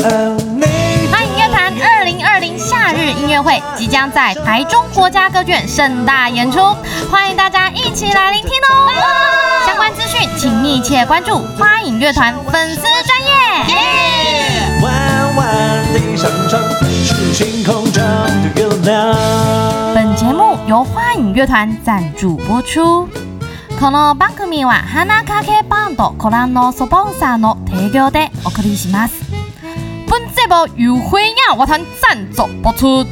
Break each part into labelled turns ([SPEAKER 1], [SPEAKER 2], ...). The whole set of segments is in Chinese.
[SPEAKER 1] 那音乐团二零二零夏日音乐会即将在台中国家歌剧院盛大演出，欢迎大家一起来聆听哦。相关资讯请密切关注花影乐团粉丝专业。
[SPEAKER 2] 弯弯的山川是星空中的月亮。
[SPEAKER 1] 本节目由花影乐团赞助播出。この番組は花かけバンドコランのスポンサーの提供でお送りします。本节目由花影乐团赞助播出。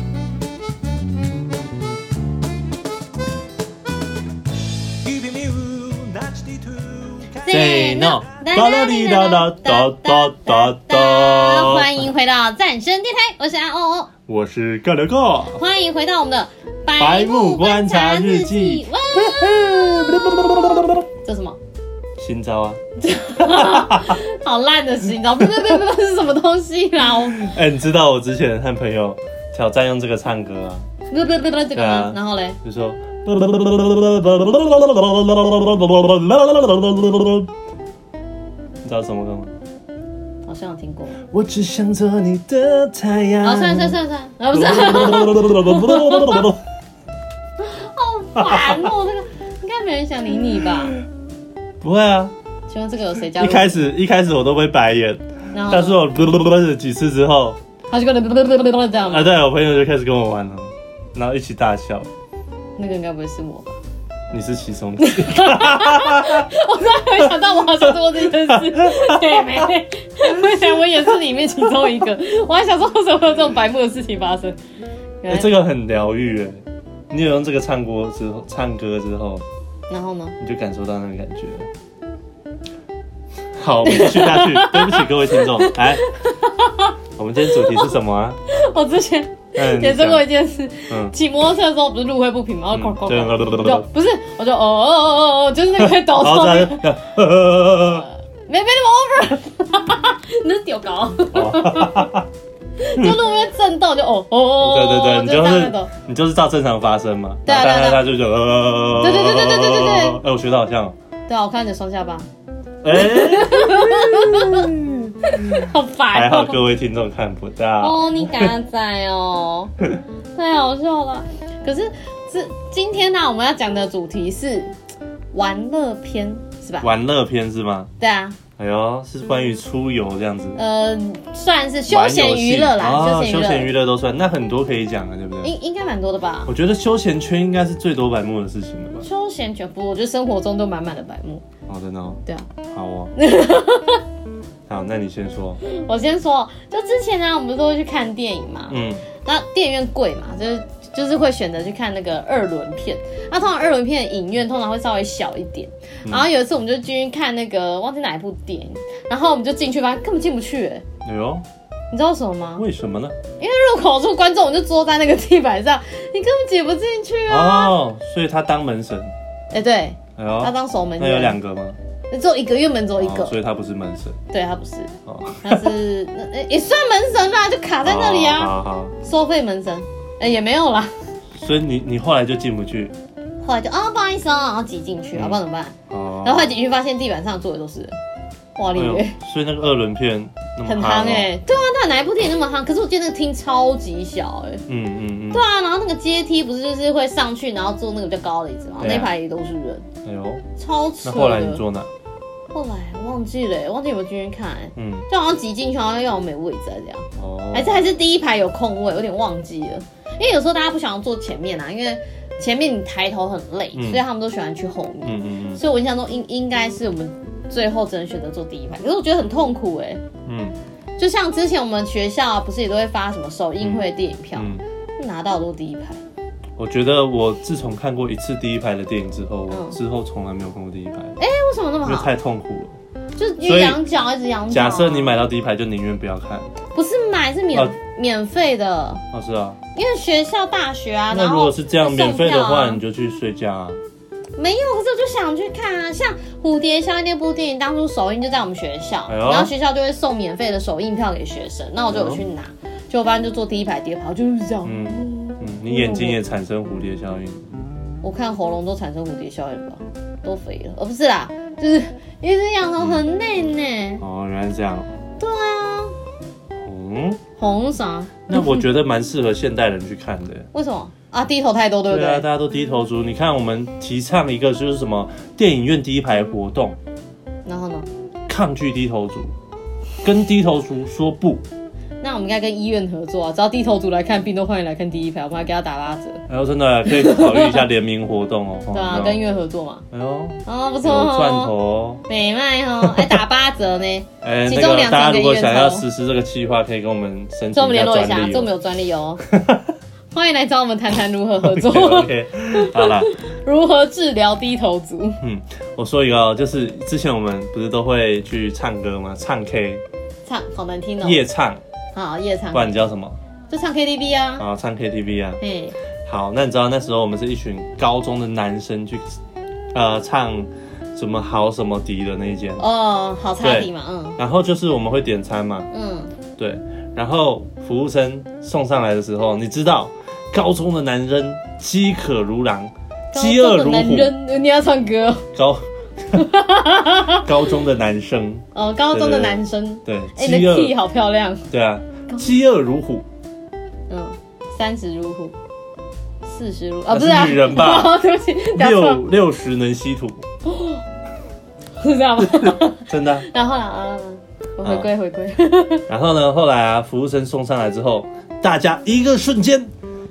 [SPEAKER 3] せーの
[SPEAKER 4] 啦啦哩啦啦哒哒哒哒
[SPEAKER 3] 欢迎回到赞声电台，我是阿欧欧，
[SPEAKER 4] 我是盖 了个，
[SPEAKER 3] 欢迎回到我们的
[SPEAKER 4] 白目观察日记
[SPEAKER 3] 哇，这什么？
[SPEAKER 4] 新招啊！
[SPEAKER 3] 好烂的形状，不不不不不是什么东西啦！我
[SPEAKER 4] 哎、你知道我之前和朋友挑战用这个唱歌啊，
[SPEAKER 3] 不不不不这个吗
[SPEAKER 4] 啊？
[SPEAKER 3] 然后嘞，
[SPEAKER 4] 就说，你知道什么歌吗？
[SPEAKER 3] 好像有听过。
[SPEAKER 4] 我只想做你的太阳。
[SPEAKER 3] 好，哦算了算了算了算了，啊不是，
[SPEAKER 4] 哦
[SPEAKER 3] 好烦哦！这个应该没人想理你吧？
[SPEAKER 4] 不会啊，
[SPEAKER 3] 请问这个有谁加
[SPEAKER 4] 一
[SPEAKER 3] 入？
[SPEAKER 4] 开始一开始我都会白眼，
[SPEAKER 3] 然后呢
[SPEAKER 4] 但是我呃几次之后，
[SPEAKER 3] 他就跟不不不不不这样
[SPEAKER 4] 啊，
[SPEAKER 3] 吗？
[SPEAKER 4] 对我朋友就开始跟我玩了，然后一起大笑。
[SPEAKER 3] 那个应该不会是我吧？
[SPEAKER 4] 你是其中 之一，
[SPEAKER 3] 我突然没想到我好像做过这件 事，对没？ 我想我也是里面其中一个，我还想说为什么会有这种白目的事情发生？原来
[SPEAKER 4] 哎、这个很疗愈哎。你有用这个唱歌之后，唱歌之后，
[SPEAKER 3] 然后呢？
[SPEAKER 4] 你就感受到那个感觉。好，我们继续 下去。对不起各位听众，来，我们今天主题是什 么啊？
[SPEAKER 3] 我之前
[SPEAKER 4] 嗯，
[SPEAKER 3] 也做过一件事，
[SPEAKER 4] 嗯，
[SPEAKER 3] 骑摩托车的时候不是路会不平吗？然后哐哐
[SPEAKER 4] 对
[SPEAKER 3] 哐，我就不是，我就哦哦哦哦哦，就是那个会抖
[SPEAKER 4] 然
[SPEAKER 3] 动
[SPEAKER 4] 后
[SPEAKER 3] 那个
[SPEAKER 4] 他就，呃，
[SPEAKER 3] 没没那么 over，你 是屌搞，就路面震动就哦哦哦，
[SPEAKER 4] 嗯对对对，你
[SPEAKER 3] 就
[SPEAKER 4] 就
[SPEAKER 3] 这样抖
[SPEAKER 4] 是。你就是照正常发声嘛。
[SPEAKER 3] 啊
[SPEAKER 4] 他就就呃，哎，我学的好像，
[SPEAKER 3] 对啊，我看你的双下巴，
[SPEAKER 4] 哎，
[SPEAKER 3] 好烦、哦。
[SPEAKER 4] 还好各位听众看不到。
[SPEAKER 3] 哦，你嘎仔 哦，太好笑了。可是这今天呢、我们要讲的主题是玩乐篇，是吧？
[SPEAKER 4] 玩乐片是吗？
[SPEAKER 3] 对啊，
[SPEAKER 4] 哎呦，是关于出游这样子，
[SPEAKER 3] 呃，算是休闲娱乐啦，
[SPEAKER 4] 哦，
[SPEAKER 3] 休
[SPEAKER 4] 休
[SPEAKER 3] 闲
[SPEAKER 4] 闲
[SPEAKER 3] 娱
[SPEAKER 4] 娱
[SPEAKER 3] 乐，
[SPEAKER 4] 乐都算，那很多可以讲啊，对不对？
[SPEAKER 3] 应应该蛮多的吧
[SPEAKER 4] 我？觉得休闲圈应该是最多白目的事情了吧？
[SPEAKER 3] 休闲全部，我觉得生活中都满满的白目。
[SPEAKER 4] 哦，真的哦，
[SPEAKER 3] 对啊，
[SPEAKER 4] 好 哦。好，那你先说。
[SPEAKER 3] 我先说，就之前呢、我们都会去看电影嘛，
[SPEAKER 4] 嗯，
[SPEAKER 3] 那电影院贵嘛，就是就是会选择去看那个二轮片。那通常二轮片的影院通常会稍微小一点。
[SPEAKER 4] 嗯
[SPEAKER 3] 然后有一次我们就进去看那个忘记哪一部电影，然后我们就进去吧，根本进不去、欸，
[SPEAKER 4] 哎呦，
[SPEAKER 3] 你知道为什么吗？
[SPEAKER 4] 为什 么呢？
[SPEAKER 3] 因为入口处观众我们就坐在那个地板上，你根本挤不进去啊！
[SPEAKER 4] 哦，所以他当门神。
[SPEAKER 3] 哎、对，
[SPEAKER 4] 哎
[SPEAKER 3] 他
[SPEAKER 4] 呦，
[SPEAKER 3] 当守门
[SPEAKER 4] 那有两
[SPEAKER 3] 员，
[SPEAKER 4] 个吗？
[SPEAKER 3] 只有一个，因为门只有一个，
[SPEAKER 4] 哦所以他不是门神。
[SPEAKER 3] 对他不是，
[SPEAKER 4] 哦，
[SPEAKER 3] 他是那哎也算门神啦，就卡在那里
[SPEAKER 4] 哦
[SPEAKER 3] 啊，
[SPEAKER 4] 好好，
[SPEAKER 3] 收费门神，哎、也没有啦。
[SPEAKER 4] 所以你你后来就进不去。
[SPEAKER 3] 后来就啊、不好意思啊，然后挤进去，要、不然怎么办？
[SPEAKER 4] 哦，
[SPEAKER 3] 然后后来进去发现地板上坐的都是人，哇，
[SPEAKER 4] 哎
[SPEAKER 3] 里
[SPEAKER 4] 呦
[SPEAKER 3] 约、，
[SPEAKER 4] 所以那个二轮片那么
[SPEAKER 3] 很
[SPEAKER 4] 夯
[SPEAKER 3] 夯
[SPEAKER 4] 哦
[SPEAKER 3] 哎、。对啊，那哪一部电影那么夯？可是我记得那个厅超级小哎、
[SPEAKER 4] 嗯嗯
[SPEAKER 3] 对啊，然后那个阶梯不是就是会上去，然后坐那个比较高的椅子嘛，
[SPEAKER 4] 对
[SPEAKER 3] 那
[SPEAKER 4] 啊
[SPEAKER 3] 一排也都是人，
[SPEAKER 4] 嗯，哎呦，
[SPEAKER 3] 超扯
[SPEAKER 4] 那
[SPEAKER 3] 的。
[SPEAKER 4] 后来你坐哪？
[SPEAKER 3] 后来忘记了、忘记有没有进去看、欸，
[SPEAKER 4] 嗯，
[SPEAKER 3] 就好像挤进去，好像要我没位置还是怎样，
[SPEAKER 4] 哦，
[SPEAKER 3] 还是还是第一排有空位，有点忘记了。因为有时候大家不想要坐前面啊，因为前面你抬头很累，
[SPEAKER 4] 嗯
[SPEAKER 3] 所以他们都喜欢去后面。
[SPEAKER 4] 嗯嗯
[SPEAKER 3] 所以我印象中应应该是我们最后只能选择坐第一排，可是我觉得很痛苦哎、
[SPEAKER 4] 嗯
[SPEAKER 3] 就像之前我们学校、啊、不是也都会发什么首映会的电影票，
[SPEAKER 4] 嗯嗯，
[SPEAKER 3] 拿到的都第一排。
[SPEAKER 4] 我觉得我自从看过一次第一排的电影之后，我
[SPEAKER 3] 嗯
[SPEAKER 4] 之后从来没有看过第一排，
[SPEAKER 3] 哎、为什么那么
[SPEAKER 4] 因为
[SPEAKER 3] 好？
[SPEAKER 4] 太痛苦了。
[SPEAKER 3] 就是
[SPEAKER 4] 所以
[SPEAKER 3] 羊角一直羊角。
[SPEAKER 4] 假设你买到第一排，就宁愿不要看。
[SPEAKER 3] 不是买是免、
[SPEAKER 4] 啊
[SPEAKER 3] 免费的，
[SPEAKER 4] 哦，是啊。
[SPEAKER 3] 因为学校大学啊，然
[SPEAKER 4] 那
[SPEAKER 3] 后
[SPEAKER 4] 如果是这样
[SPEAKER 3] 送票啊
[SPEAKER 4] 免费的话，你就去睡觉啊。
[SPEAKER 3] 没有，可是我就想去看啊，像《蝴蝶效应》那部电影，当初首映就在我们学校，
[SPEAKER 4] 哎呦
[SPEAKER 3] 然后学校就会送免费的首映票给学生，那我就有去拿，
[SPEAKER 4] 哎
[SPEAKER 3] 就我班就坐第一排、第二排，我就是这样。
[SPEAKER 4] 嗯嗯，你眼睛也产生蝴蝶效应。
[SPEAKER 3] 我看喉咙都产生蝴蝶效应吧，都肥了，哦不是啦，就是一直养成很累呢。
[SPEAKER 4] 哦，原来是这样。
[SPEAKER 3] 对啊，
[SPEAKER 4] 嗯，嗯，
[SPEAKER 3] 红啥？
[SPEAKER 4] 那我觉得蛮适合现代人去看的。
[SPEAKER 3] 为什么啊？低头太多， 对不
[SPEAKER 4] 对啊，
[SPEAKER 3] 对？
[SPEAKER 4] 大家都低头族。你看，我们提倡一个就是什么电影院第一排活动，
[SPEAKER 3] 然后呢？
[SPEAKER 4] 抗拒低头族，跟低头族说不。
[SPEAKER 3] 那我们应该跟医院合作啊，只要低头族来看病都欢迎来看第一排，我们还给他打八折。
[SPEAKER 4] 然后哎真的可以考虑一下联名活动哦。
[SPEAKER 3] 对啊，
[SPEAKER 4] 哦
[SPEAKER 3] 跟医院合作嘛，
[SPEAKER 4] 哎呦，
[SPEAKER 3] 哦，不
[SPEAKER 4] 有
[SPEAKER 3] 错哦，
[SPEAKER 4] 赚头哦。
[SPEAKER 3] 美卖哦， 哎，打八折呢，
[SPEAKER 4] 哎，
[SPEAKER 3] 其
[SPEAKER 4] 那
[SPEAKER 3] 中
[SPEAKER 4] 个
[SPEAKER 3] 两
[SPEAKER 4] 大家
[SPEAKER 3] 成给
[SPEAKER 4] 如
[SPEAKER 3] 医
[SPEAKER 4] 果
[SPEAKER 3] 院
[SPEAKER 4] 想要
[SPEAKER 3] 抽
[SPEAKER 4] 实施这个计划，可以跟我们申
[SPEAKER 3] 这我 们
[SPEAKER 4] 请
[SPEAKER 3] 联络一下，
[SPEAKER 4] 专利
[SPEAKER 3] 这我们
[SPEAKER 4] 哦。
[SPEAKER 3] 有专利 哦。欢迎来找我们谈谈如何合作
[SPEAKER 4] OK，好啦，
[SPEAKER 3] 如何治疗低头族。
[SPEAKER 4] 嗯，我说一个哦，就是之前我们不是都会去唱歌吗？唱 K，
[SPEAKER 3] 唱好难听哦，
[SPEAKER 4] 夜唱，
[SPEAKER 3] 好夜唱
[SPEAKER 4] 不，然叫什么？
[SPEAKER 3] 就唱 KTV 啊，
[SPEAKER 4] 啊，唱 KTV 啊。
[SPEAKER 3] 哎，
[SPEAKER 4] 好，那你知道那时候我们是一群高中的男生去，呃，唱什么好什么迪的那一间，
[SPEAKER 3] 哦，好差题嘛，嗯
[SPEAKER 4] 然后就是我们会点餐嘛，
[SPEAKER 3] 嗯，
[SPEAKER 4] 对，然后服务生送上来的时候，你知道高中的男人饥渴如狼，饥饿
[SPEAKER 3] 高
[SPEAKER 4] 如
[SPEAKER 3] 中的男
[SPEAKER 4] 虎，
[SPEAKER 3] 人，你要唱歌哦
[SPEAKER 4] 高高 中的男生，
[SPEAKER 3] 哦，高中的男生，
[SPEAKER 4] 对，
[SPEAKER 3] 哎，你
[SPEAKER 4] 饥
[SPEAKER 3] 的 key
[SPEAKER 4] 饿，
[SPEAKER 3] 好漂亮，
[SPEAKER 4] 对啊，饥饿如虎，
[SPEAKER 3] 嗯，三十如虎，四十如啊，
[SPEAKER 4] 那
[SPEAKER 3] 不
[SPEAKER 4] 是
[SPEAKER 3] 是啊
[SPEAKER 4] 女人 吧
[SPEAKER 3] 哦对不起，讲错了
[SPEAKER 4] 六六十能吸土，
[SPEAKER 3] 是这样吗？
[SPEAKER 4] 真的啊、
[SPEAKER 3] 然后呢？啊，我回归回归，
[SPEAKER 4] 然后呢，后来啊，服务生送上来之后，大家一个瞬间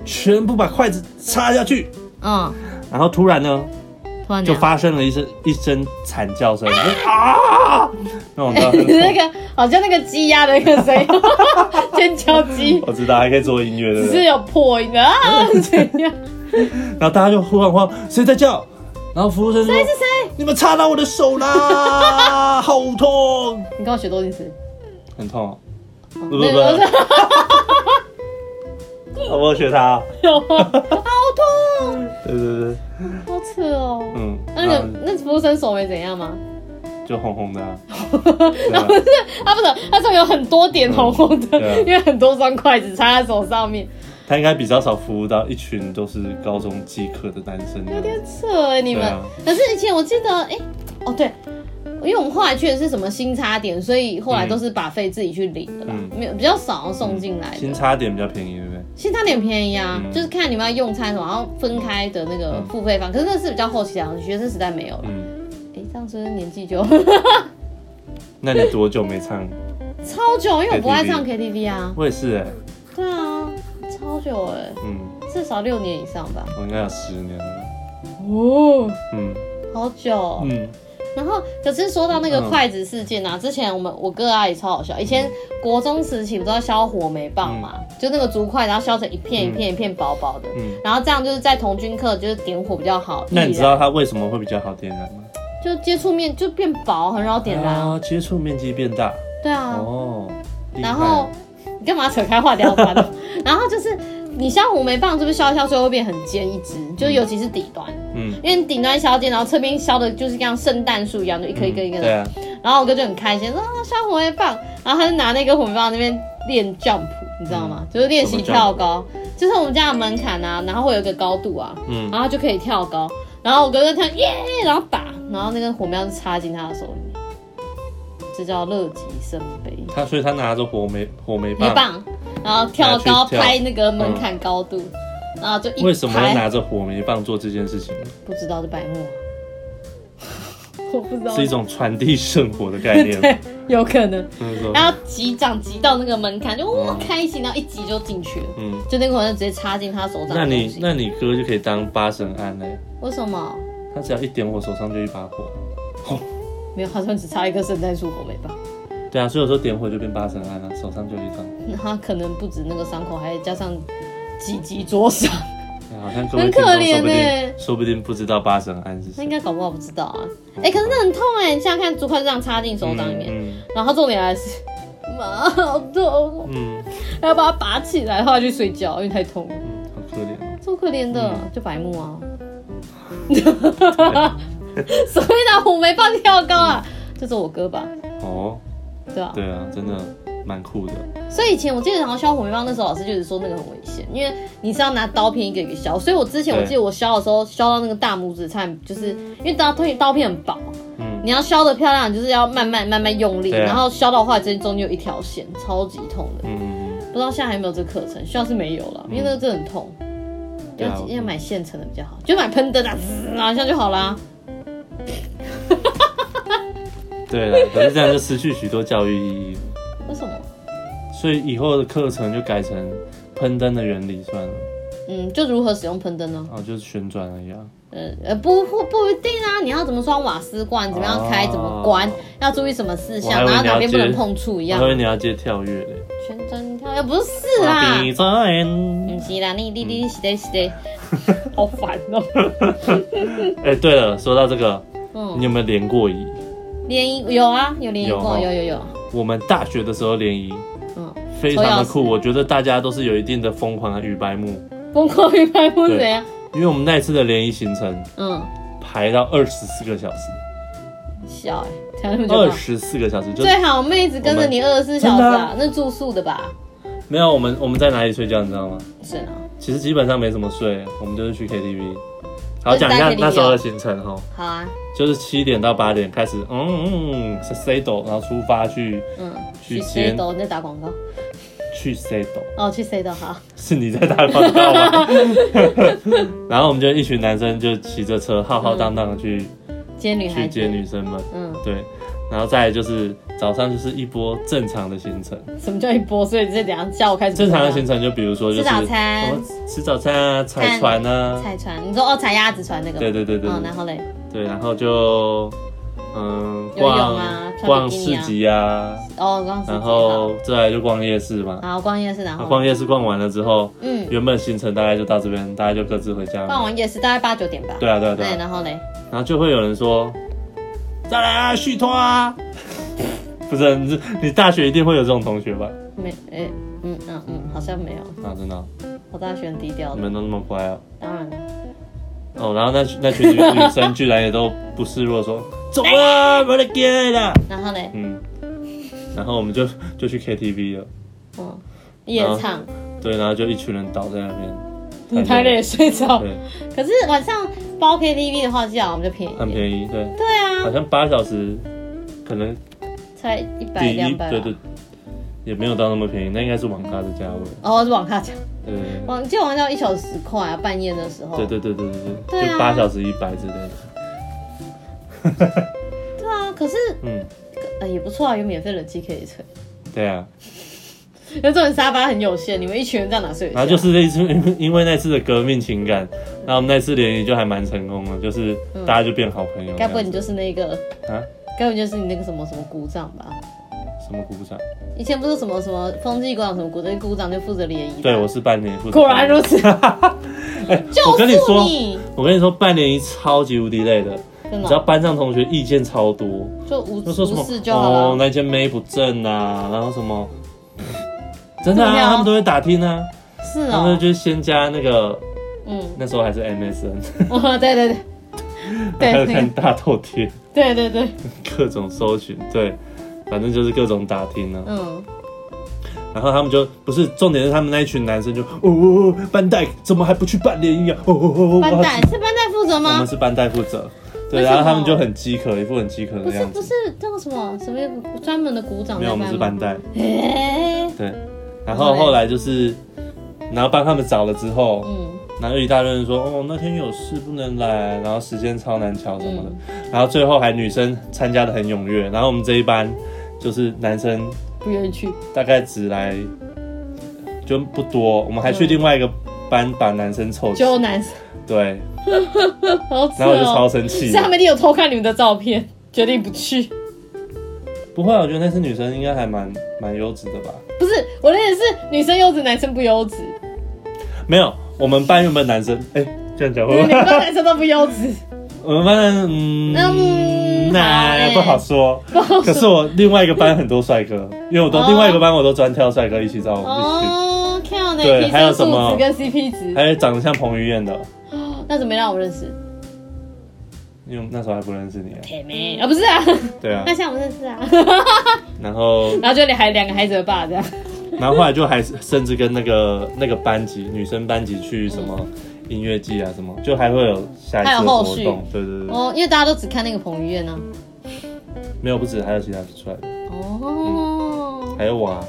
[SPEAKER 4] 全部把筷子插下去，
[SPEAKER 3] 嗯，
[SPEAKER 4] 然后突然呢，
[SPEAKER 3] 突然
[SPEAKER 4] 啊就
[SPEAKER 3] 讲，
[SPEAKER 4] 发生了一声一声惨叫声，就啊，那种叫
[SPEAKER 3] 你 那个好像那个鸡鸭的那个声音， 尖叫鸡，
[SPEAKER 4] 我知道，还可以做音乐，对
[SPEAKER 3] 只
[SPEAKER 4] 不
[SPEAKER 3] 是
[SPEAKER 4] 对？
[SPEAKER 3] 有破音的 啊，怎样？
[SPEAKER 4] 然后大家就忽然慌，谁在叫？然后服务生说：“
[SPEAKER 3] 是谁？
[SPEAKER 4] 你们插到我的手 啦，好痛，
[SPEAKER 3] 你跟我学多一次，
[SPEAKER 4] 很痛哦。”不不
[SPEAKER 3] 那个
[SPEAKER 4] 不，我没有学他，
[SPEAKER 3] 有 啊好痛，
[SPEAKER 4] 对对对，
[SPEAKER 3] 好扯哦。
[SPEAKER 4] 嗯，
[SPEAKER 3] 那
[SPEAKER 4] 然后
[SPEAKER 3] 个那服务生手没怎样吗？
[SPEAKER 4] 就红红的啊，对
[SPEAKER 3] 然
[SPEAKER 4] 啊
[SPEAKER 3] 后是啊，不是，他手有很多点红红的
[SPEAKER 4] 嗯对啊，
[SPEAKER 3] 因为很多双筷子插在手上面，
[SPEAKER 4] 他应该比较少服务到一群都是高中饥渴的男生。
[SPEAKER 3] 有点扯哎，你们
[SPEAKER 4] 对啊。
[SPEAKER 3] 可是以前我记得，哎，哦对，因为我们后来去的是什么新差点，所以后来都是把费自己去领的啦
[SPEAKER 4] 嗯，
[SPEAKER 3] 没有比较少送进来
[SPEAKER 4] 新
[SPEAKER 3] 的。
[SPEAKER 4] 插点比较便宜，对不对？
[SPEAKER 3] 新差点便宜啊，
[SPEAKER 4] 嗯
[SPEAKER 3] 就是看你们要用餐什么，然后分开的那个
[SPEAKER 4] 嗯
[SPEAKER 3] 付费方，可是那是比较后期啊，学生时代没有了。
[SPEAKER 4] 嗯，
[SPEAKER 3] 哎，这样是不是年纪就
[SPEAKER 4] 那你多久没唱？
[SPEAKER 3] 超久？因为我不爱
[SPEAKER 4] KTV
[SPEAKER 3] 唱 KTV 啊。
[SPEAKER 4] 我也是哎、
[SPEAKER 3] 对啊，超久哎，
[SPEAKER 4] 嗯，
[SPEAKER 3] 至少六年以上吧。
[SPEAKER 4] 我应该有十年了。
[SPEAKER 3] 哦，
[SPEAKER 4] 嗯
[SPEAKER 3] 好久哦、
[SPEAKER 4] 嗯，
[SPEAKER 3] 然后，可是说到那个
[SPEAKER 4] 嗯
[SPEAKER 3] 筷子事件啊，之前我们我哥啊也超好笑。以前国中时期不知道削火梅棒嘛，就那个竹筷，然后削成一片一片一片薄薄的。
[SPEAKER 4] 嗯
[SPEAKER 3] 然后这样就是在童军课就是点火比较好，
[SPEAKER 4] 那你知
[SPEAKER 3] 易
[SPEAKER 4] 道
[SPEAKER 3] 燃
[SPEAKER 4] 它为什么会比较好点燃吗？
[SPEAKER 3] 就接触面就变薄，很容易点燃啊。
[SPEAKER 4] 啊，接触面积变大
[SPEAKER 3] 对啊，
[SPEAKER 4] 哦。厉害
[SPEAKER 3] 然后你干嘛扯开话聊完了？ 然后就是你削火梅棒，是不是削一削最后会变很尖一支？就是尤其是底端，
[SPEAKER 4] 嗯，
[SPEAKER 3] 因为你顶端削尖，然后侧边削的就是像圣诞树一样，就一颗一颗一颗的。
[SPEAKER 4] 嗯对啊，
[SPEAKER 3] 然后我哥就很开心，说啊削火梅棒，然后他就拿那根火梅棒在那边练 jump，你知道
[SPEAKER 4] 嗯
[SPEAKER 3] 吗？就是练习跳高，就是我们家的门槛啊，然后会有一个高度啊，
[SPEAKER 4] 嗯
[SPEAKER 3] 然后就可以跳高。然后我哥就跳耶，然后打，然后那根火苗就插进他的手里面，这叫乐极生悲。
[SPEAKER 4] 他所以他拿着火梅火梅
[SPEAKER 3] 一
[SPEAKER 4] 棒，
[SPEAKER 3] 棒，然后跳高
[SPEAKER 4] 嗯拿去跳
[SPEAKER 3] 拍那个门槛高度，然后就一
[SPEAKER 4] 为什么要
[SPEAKER 3] 拍
[SPEAKER 4] 拿着火梅棒做这件事情呢？
[SPEAKER 3] 不知道的白目啊， 我不知道
[SPEAKER 4] 是一种传递圣火的概 念。
[SPEAKER 3] 对，有可能。
[SPEAKER 4] 就是说
[SPEAKER 3] 然后击掌击到那个门槛，就哇
[SPEAKER 4] 嗯
[SPEAKER 3] 开心，然后一击就进去了，
[SPEAKER 4] 嗯，
[SPEAKER 3] 就那个人就直接插进他手掌的
[SPEAKER 4] 那
[SPEAKER 3] 东
[SPEAKER 4] 你
[SPEAKER 3] 西。
[SPEAKER 4] 那你哥就可以当八神庵嘞、
[SPEAKER 3] 为什么
[SPEAKER 4] 他只要一点火，手上就一把火。
[SPEAKER 3] 没有？他说只插一棵圣诞树，我没办法。
[SPEAKER 4] 对啊，所以有时候点火就变八神庵了，手上就一张。
[SPEAKER 3] 那他可能不止那个伤口，还加上几击灼伤，
[SPEAKER 4] 哎好像各位
[SPEAKER 3] 很
[SPEAKER 4] 听
[SPEAKER 3] 可
[SPEAKER 4] 众
[SPEAKER 3] 怜
[SPEAKER 4] 说不
[SPEAKER 3] 欸
[SPEAKER 4] 定说不定不知道八神庵是
[SPEAKER 3] 他
[SPEAKER 4] 谁
[SPEAKER 3] 应。该搞不好不知道啊。哎、可是那很痛哎、你想想看，竹筷就这样插进手掌里面，
[SPEAKER 4] 嗯
[SPEAKER 3] 然后重点还是，妈好痛哦、
[SPEAKER 4] 嗯，嗯
[SPEAKER 3] 还要把它拔起来，后来去睡觉，因为太痛了，
[SPEAKER 4] 嗯好可怜哦。
[SPEAKER 3] 超可怜的，就白目 啊。所以呢，我没放跳高啊，这是我哥吧？
[SPEAKER 4] 哦，
[SPEAKER 3] 对啊，
[SPEAKER 4] 嗯对啊，真的蛮酷的。
[SPEAKER 3] 所以以前我记得好像削火梅棒那时候老师就是说那个很危险，因为你是要拿刀片一个一个削，所以我之前我
[SPEAKER 4] 对
[SPEAKER 3] 记得我削的时候削到那个大拇指差点就是因为刀片刀片很薄，
[SPEAKER 4] 嗯，
[SPEAKER 3] 你要削的漂亮，你就是要慢慢慢慢用力，
[SPEAKER 4] 对啊
[SPEAKER 3] 然后削到话间中间有一条线，超级痛的。
[SPEAKER 4] 嗯，
[SPEAKER 3] 不知道现在还有没有这个课程，希望是没有了，因为那个真的很痛。
[SPEAKER 4] 对
[SPEAKER 3] 要
[SPEAKER 4] 啊
[SPEAKER 3] 要买现成的比较好，就买喷灯啊，滋啊这样就好啦。
[SPEAKER 4] 对 了，可是这样就失去许多教育意义，
[SPEAKER 3] 为什么？
[SPEAKER 4] 所以以后的课程就改成喷灯的原理算了，
[SPEAKER 3] 嗯，就如何使用喷灯呢？
[SPEAKER 4] 哦，就是旋转而已啊。
[SPEAKER 3] 呃呃，不不不一定啊，你要怎么装瓦斯罐，怎么样开，
[SPEAKER 4] 哦
[SPEAKER 3] 怎么关，要注意什么事项，
[SPEAKER 4] 我还以为
[SPEAKER 3] 然后哪边不
[SPEAKER 4] 你
[SPEAKER 3] 能
[SPEAKER 4] 要接
[SPEAKER 3] 碰触一
[SPEAKER 4] 我
[SPEAKER 3] 样
[SPEAKER 4] 还以。为你要接跳跃嘞，
[SPEAKER 3] 全真跳，呃不是啊嗯啦，
[SPEAKER 4] 闭上眼
[SPEAKER 3] 不是啦，你你你是的是的，好烦 哦。
[SPEAKER 4] 哎、对了，说到这个，
[SPEAKER 3] 嗯
[SPEAKER 4] 你有没有联过谊？
[SPEAKER 3] 联谊有啊，有联谊
[SPEAKER 4] 有
[SPEAKER 3] 过，
[SPEAKER 4] 哦
[SPEAKER 3] 有有有，
[SPEAKER 4] 我们大学的时候联谊
[SPEAKER 3] 嗯，
[SPEAKER 4] 非常的
[SPEAKER 3] 抽钥
[SPEAKER 4] 酷，
[SPEAKER 3] 匙
[SPEAKER 4] 我觉得大家都是有一定的疯狂的与白目，
[SPEAKER 3] 疯狂与白目是怎样？
[SPEAKER 4] 因为我们那一次的联谊行程
[SPEAKER 3] 啊嗯，
[SPEAKER 4] 排到二十四个小时，
[SPEAKER 3] 笑哎、欸，讲那么久
[SPEAKER 4] 二
[SPEAKER 3] 干嘛。
[SPEAKER 4] 十四个小时就
[SPEAKER 3] 最好妹子跟着你二十四小时
[SPEAKER 4] 真
[SPEAKER 3] 啊
[SPEAKER 4] 的啊，
[SPEAKER 3] 那住宿的吧？
[SPEAKER 4] 没有我们我们在哪里睡觉，你知道吗？
[SPEAKER 3] 是啊，
[SPEAKER 4] 其实基本上没怎么睡，我们就是去 KTV。好，讲一
[SPEAKER 3] 就是在
[SPEAKER 4] 下
[SPEAKER 3] KTV
[SPEAKER 4] 那时候的行程哈，
[SPEAKER 3] 好啊，
[SPEAKER 4] 就是七点到八点开始，嗯嗯，Sedo，然后出发去
[SPEAKER 3] 嗯，去
[SPEAKER 4] 去接
[SPEAKER 3] C 豆你在打广告
[SPEAKER 4] 去 Sedo，
[SPEAKER 3] 哦，去 C 豆好，
[SPEAKER 4] 是你在打广 告吗？然后我们就一群男生就骑着车浩浩荡荡的去、
[SPEAKER 3] 接女孩
[SPEAKER 4] 去
[SPEAKER 3] 子
[SPEAKER 4] 接女生们，
[SPEAKER 3] 嗯，
[SPEAKER 4] 对，然后再来就是早上就是一波正常的行程，
[SPEAKER 3] 什么叫一波？所以这等下叫我开始啊
[SPEAKER 4] 正常的行程就比如说就是
[SPEAKER 3] 吃早餐
[SPEAKER 4] 我们吃早餐啊，踩船啊，
[SPEAKER 3] 踩船，你说哦踩鸭子船那个吗，
[SPEAKER 4] 对对对对
[SPEAKER 3] 嗯，
[SPEAKER 4] 对
[SPEAKER 3] 然后嘞，
[SPEAKER 4] 对，然后就嗯
[SPEAKER 3] 游泳
[SPEAKER 4] 逛
[SPEAKER 3] 啊跳
[SPEAKER 4] 逛
[SPEAKER 3] 比基尼
[SPEAKER 4] 市
[SPEAKER 3] 啊
[SPEAKER 4] 集啊，
[SPEAKER 3] 哦逛市集，
[SPEAKER 4] 然后再来就逛夜市嘛。
[SPEAKER 3] 好好逛夜市，然
[SPEAKER 4] 然后
[SPEAKER 3] 后
[SPEAKER 4] 逛夜市逛完了之后，
[SPEAKER 3] 嗯，
[SPEAKER 4] 原本行程大概就到这边，大家就各自回家。
[SPEAKER 3] 逛完夜市大概八九点吧，
[SPEAKER 4] 对啊对啊对
[SPEAKER 3] 对，
[SPEAKER 4] 啊，
[SPEAKER 3] 然后嘞，
[SPEAKER 4] 然后就会有人说，再来啊，续托啊。 不是你，你大学一定会有这种同学吧？
[SPEAKER 3] 没诶，嗯嗯嗯，好像没有，
[SPEAKER 4] 啊，真的哦、
[SPEAKER 3] 我大学很低调
[SPEAKER 4] 你
[SPEAKER 3] 的，
[SPEAKER 4] 们都那么乖啊。
[SPEAKER 3] 当然了，
[SPEAKER 4] 哦，然后那群那群女 女生居然也都不示弱，说走啊，我的天啦！
[SPEAKER 3] 然后嘞，
[SPEAKER 4] 嗯，然后我们就就去 KTV 了，
[SPEAKER 3] 嗯，夜唱，
[SPEAKER 4] 对，然后就一群人倒在那边，
[SPEAKER 3] 你太累了睡着，
[SPEAKER 4] 对，
[SPEAKER 3] 可是晚上包 KTV 的话，最好我们就便宜一
[SPEAKER 4] 很
[SPEAKER 3] 点。
[SPEAKER 4] 便宜，对，
[SPEAKER 3] 对
[SPEAKER 4] 好
[SPEAKER 3] 啊，
[SPEAKER 4] 像八小时，可能
[SPEAKER 3] 才一百
[SPEAKER 4] 第一
[SPEAKER 3] 两百。啊
[SPEAKER 4] 对对。，也没有到那么便宜，那应该是网咖的价位，
[SPEAKER 3] 哦，是网咖讲，
[SPEAKER 4] 对
[SPEAKER 3] 网记得网咖一小时十块啊，半夜的时候。
[SPEAKER 4] 对对对对对对
[SPEAKER 3] 对啊
[SPEAKER 4] 对，就八小时一百之类的，
[SPEAKER 3] 对啊，可是
[SPEAKER 4] 嗯，
[SPEAKER 3] 呃也不错啊，有免费冷气可以吹。
[SPEAKER 4] 对啊，
[SPEAKER 3] 那这种沙发很有限，你们一群人在哪睡？
[SPEAKER 4] 然后啊就是这一次， 因为因为那次的革命情感，然后我们那次联谊就还蛮成功的，就是大家就变好朋友这样
[SPEAKER 3] 嗯
[SPEAKER 4] 子。
[SPEAKER 3] 该不会你就是那个，
[SPEAKER 4] 啊？
[SPEAKER 3] 该不会就是你那个什么什么鼓掌吧？
[SPEAKER 4] 什么鼓掌？
[SPEAKER 3] 以前不是什么什么风纪鼓掌什么鼓掌，鼓掌就负责联谊。
[SPEAKER 4] 对，我。是半年。负责
[SPEAKER 3] 果然如 此，
[SPEAKER 4] 我跟你
[SPEAKER 3] 就是
[SPEAKER 4] 说，
[SPEAKER 3] 你，
[SPEAKER 4] 我跟你说，半年一超级无敌累的，
[SPEAKER 3] 真
[SPEAKER 4] 你知道
[SPEAKER 3] 的
[SPEAKER 4] 班上同学意见超多，
[SPEAKER 3] 就无
[SPEAKER 4] 就说什
[SPEAKER 3] 无
[SPEAKER 4] 么
[SPEAKER 3] 视就好
[SPEAKER 4] 哦
[SPEAKER 3] 了。
[SPEAKER 4] 那间妹不正啊，然后什么，真的
[SPEAKER 3] 怎么样
[SPEAKER 4] 啊，他们都会打听啊，
[SPEAKER 3] 是
[SPEAKER 4] 他们
[SPEAKER 3] 哦，
[SPEAKER 4] 就是先加那个
[SPEAKER 3] 嗯，
[SPEAKER 4] 那时候还是 MSN，
[SPEAKER 3] 哦，对对 对，
[SPEAKER 4] 还有
[SPEAKER 3] 对那
[SPEAKER 4] 看
[SPEAKER 3] 个
[SPEAKER 4] 大头贴，
[SPEAKER 3] 对对对，
[SPEAKER 4] 各种搜寻，对，反正就是各种打听啊。
[SPEAKER 3] 嗯。
[SPEAKER 4] 然后他们就不是重点是他们那一群男生就哦哦哦，班代怎么还不去办联谊啊？哦哦哦哦，
[SPEAKER 3] 班
[SPEAKER 4] 我要
[SPEAKER 3] 代是班代负责
[SPEAKER 4] 我
[SPEAKER 3] 吗
[SPEAKER 4] 们？是班代负责，对，
[SPEAKER 3] 为什么
[SPEAKER 4] 然后他们就很饥渴，一副很饥渴
[SPEAKER 3] 不
[SPEAKER 4] 的
[SPEAKER 3] 是
[SPEAKER 4] 样
[SPEAKER 3] 不
[SPEAKER 4] 子。
[SPEAKER 3] 是，那个什么什么专门的鼓掌
[SPEAKER 4] 没有，
[SPEAKER 3] 在
[SPEAKER 4] 我们是班
[SPEAKER 3] 吗？
[SPEAKER 4] 代，
[SPEAKER 3] 哎，
[SPEAKER 4] 对。然
[SPEAKER 3] 后
[SPEAKER 4] 后
[SPEAKER 3] 嘞
[SPEAKER 4] 后来就是，然后帮他们找了之后，
[SPEAKER 3] 嗯，
[SPEAKER 4] 然后就一大堆人说，哦，那天有事不能来，然后时间超难瞧什么的。
[SPEAKER 3] 嗯
[SPEAKER 4] 然后最后还女生参加的很踊跃，然后我们这一班就是男生
[SPEAKER 3] 不愿意去，
[SPEAKER 4] 大概只来就不多，我们还去
[SPEAKER 3] 嗯
[SPEAKER 4] 另外一个班把男生凑齐，
[SPEAKER 3] 就男生，
[SPEAKER 4] 对，
[SPEAKER 3] 好扯
[SPEAKER 4] 然后我就超
[SPEAKER 3] 哦。
[SPEAKER 4] 生气
[SPEAKER 3] 是
[SPEAKER 4] 的。
[SPEAKER 3] 他们一定有偷看你们的照片，决定不去。
[SPEAKER 4] 不会，我觉得那些女生应该还蛮蛮优质的吧。
[SPEAKER 3] 不是，我的意思是女生优质，男生不优质，
[SPEAKER 4] 没有，我们班原本男生，哎、这样讲
[SPEAKER 3] 你
[SPEAKER 4] 会
[SPEAKER 3] 们
[SPEAKER 4] 不会？
[SPEAKER 3] 班男生都不 优质。
[SPEAKER 4] 我们班男
[SPEAKER 3] 嗯
[SPEAKER 4] 嗯，
[SPEAKER 3] 好
[SPEAKER 4] 那、
[SPEAKER 3] 嘞
[SPEAKER 4] 不好说。可是我另外一个班很多帅哥，因为我都、
[SPEAKER 3] 哦
[SPEAKER 4] 另外一个班我都专挑帅哥一起找我一起去。
[SPEAKER 3] 哦，看呢，
[SPEAKER 4] 对
[SPEAKER 3] 提
[SPEAKER 4] 还有
[SPEAKER 3] 升
[SPEAKER 4] 什
[SPEAKER 3] 素
[SPEAKER 4] 么
[SPEAKER 3] 质跟 CP 值。
[SPEAKER 4] 还有长得像彭于晏的，
[SPEAKER 3] 那怎么让我认识？
[SPEAKER 4] 因为那时候还不认识你啊。
[SPEAKER 3] 铁妹啊，不是啊，
[SPEAKER 4] 对啊
[SPEAKER 3] 那，像我们认识啊，
[SPEAKER 4] 然后
[SPEAKER 3] 然后就两还两个孩子的爸这样。
[SPEAKER 4] 然后后来就还是甚至跟那个那个班级女生班级去什么音乐季啊什么，就还会有下一
[SPEAKER 3] 还有
[SPEAKER 4] 次的
[SPEAKER 3] 后
[SPEAKER 4] 活
[SPEAKER 3] 续哦
[SPEAKER 4] 动。对对对，
[SPEAKER 3] 哦，因为大家都只看那个彭于晏呢。
[SPEAKER 4] 没有不止，还有其他出来的，
[SPEAKER 3] 哦，
[SPEAKER 4] 还有我啊，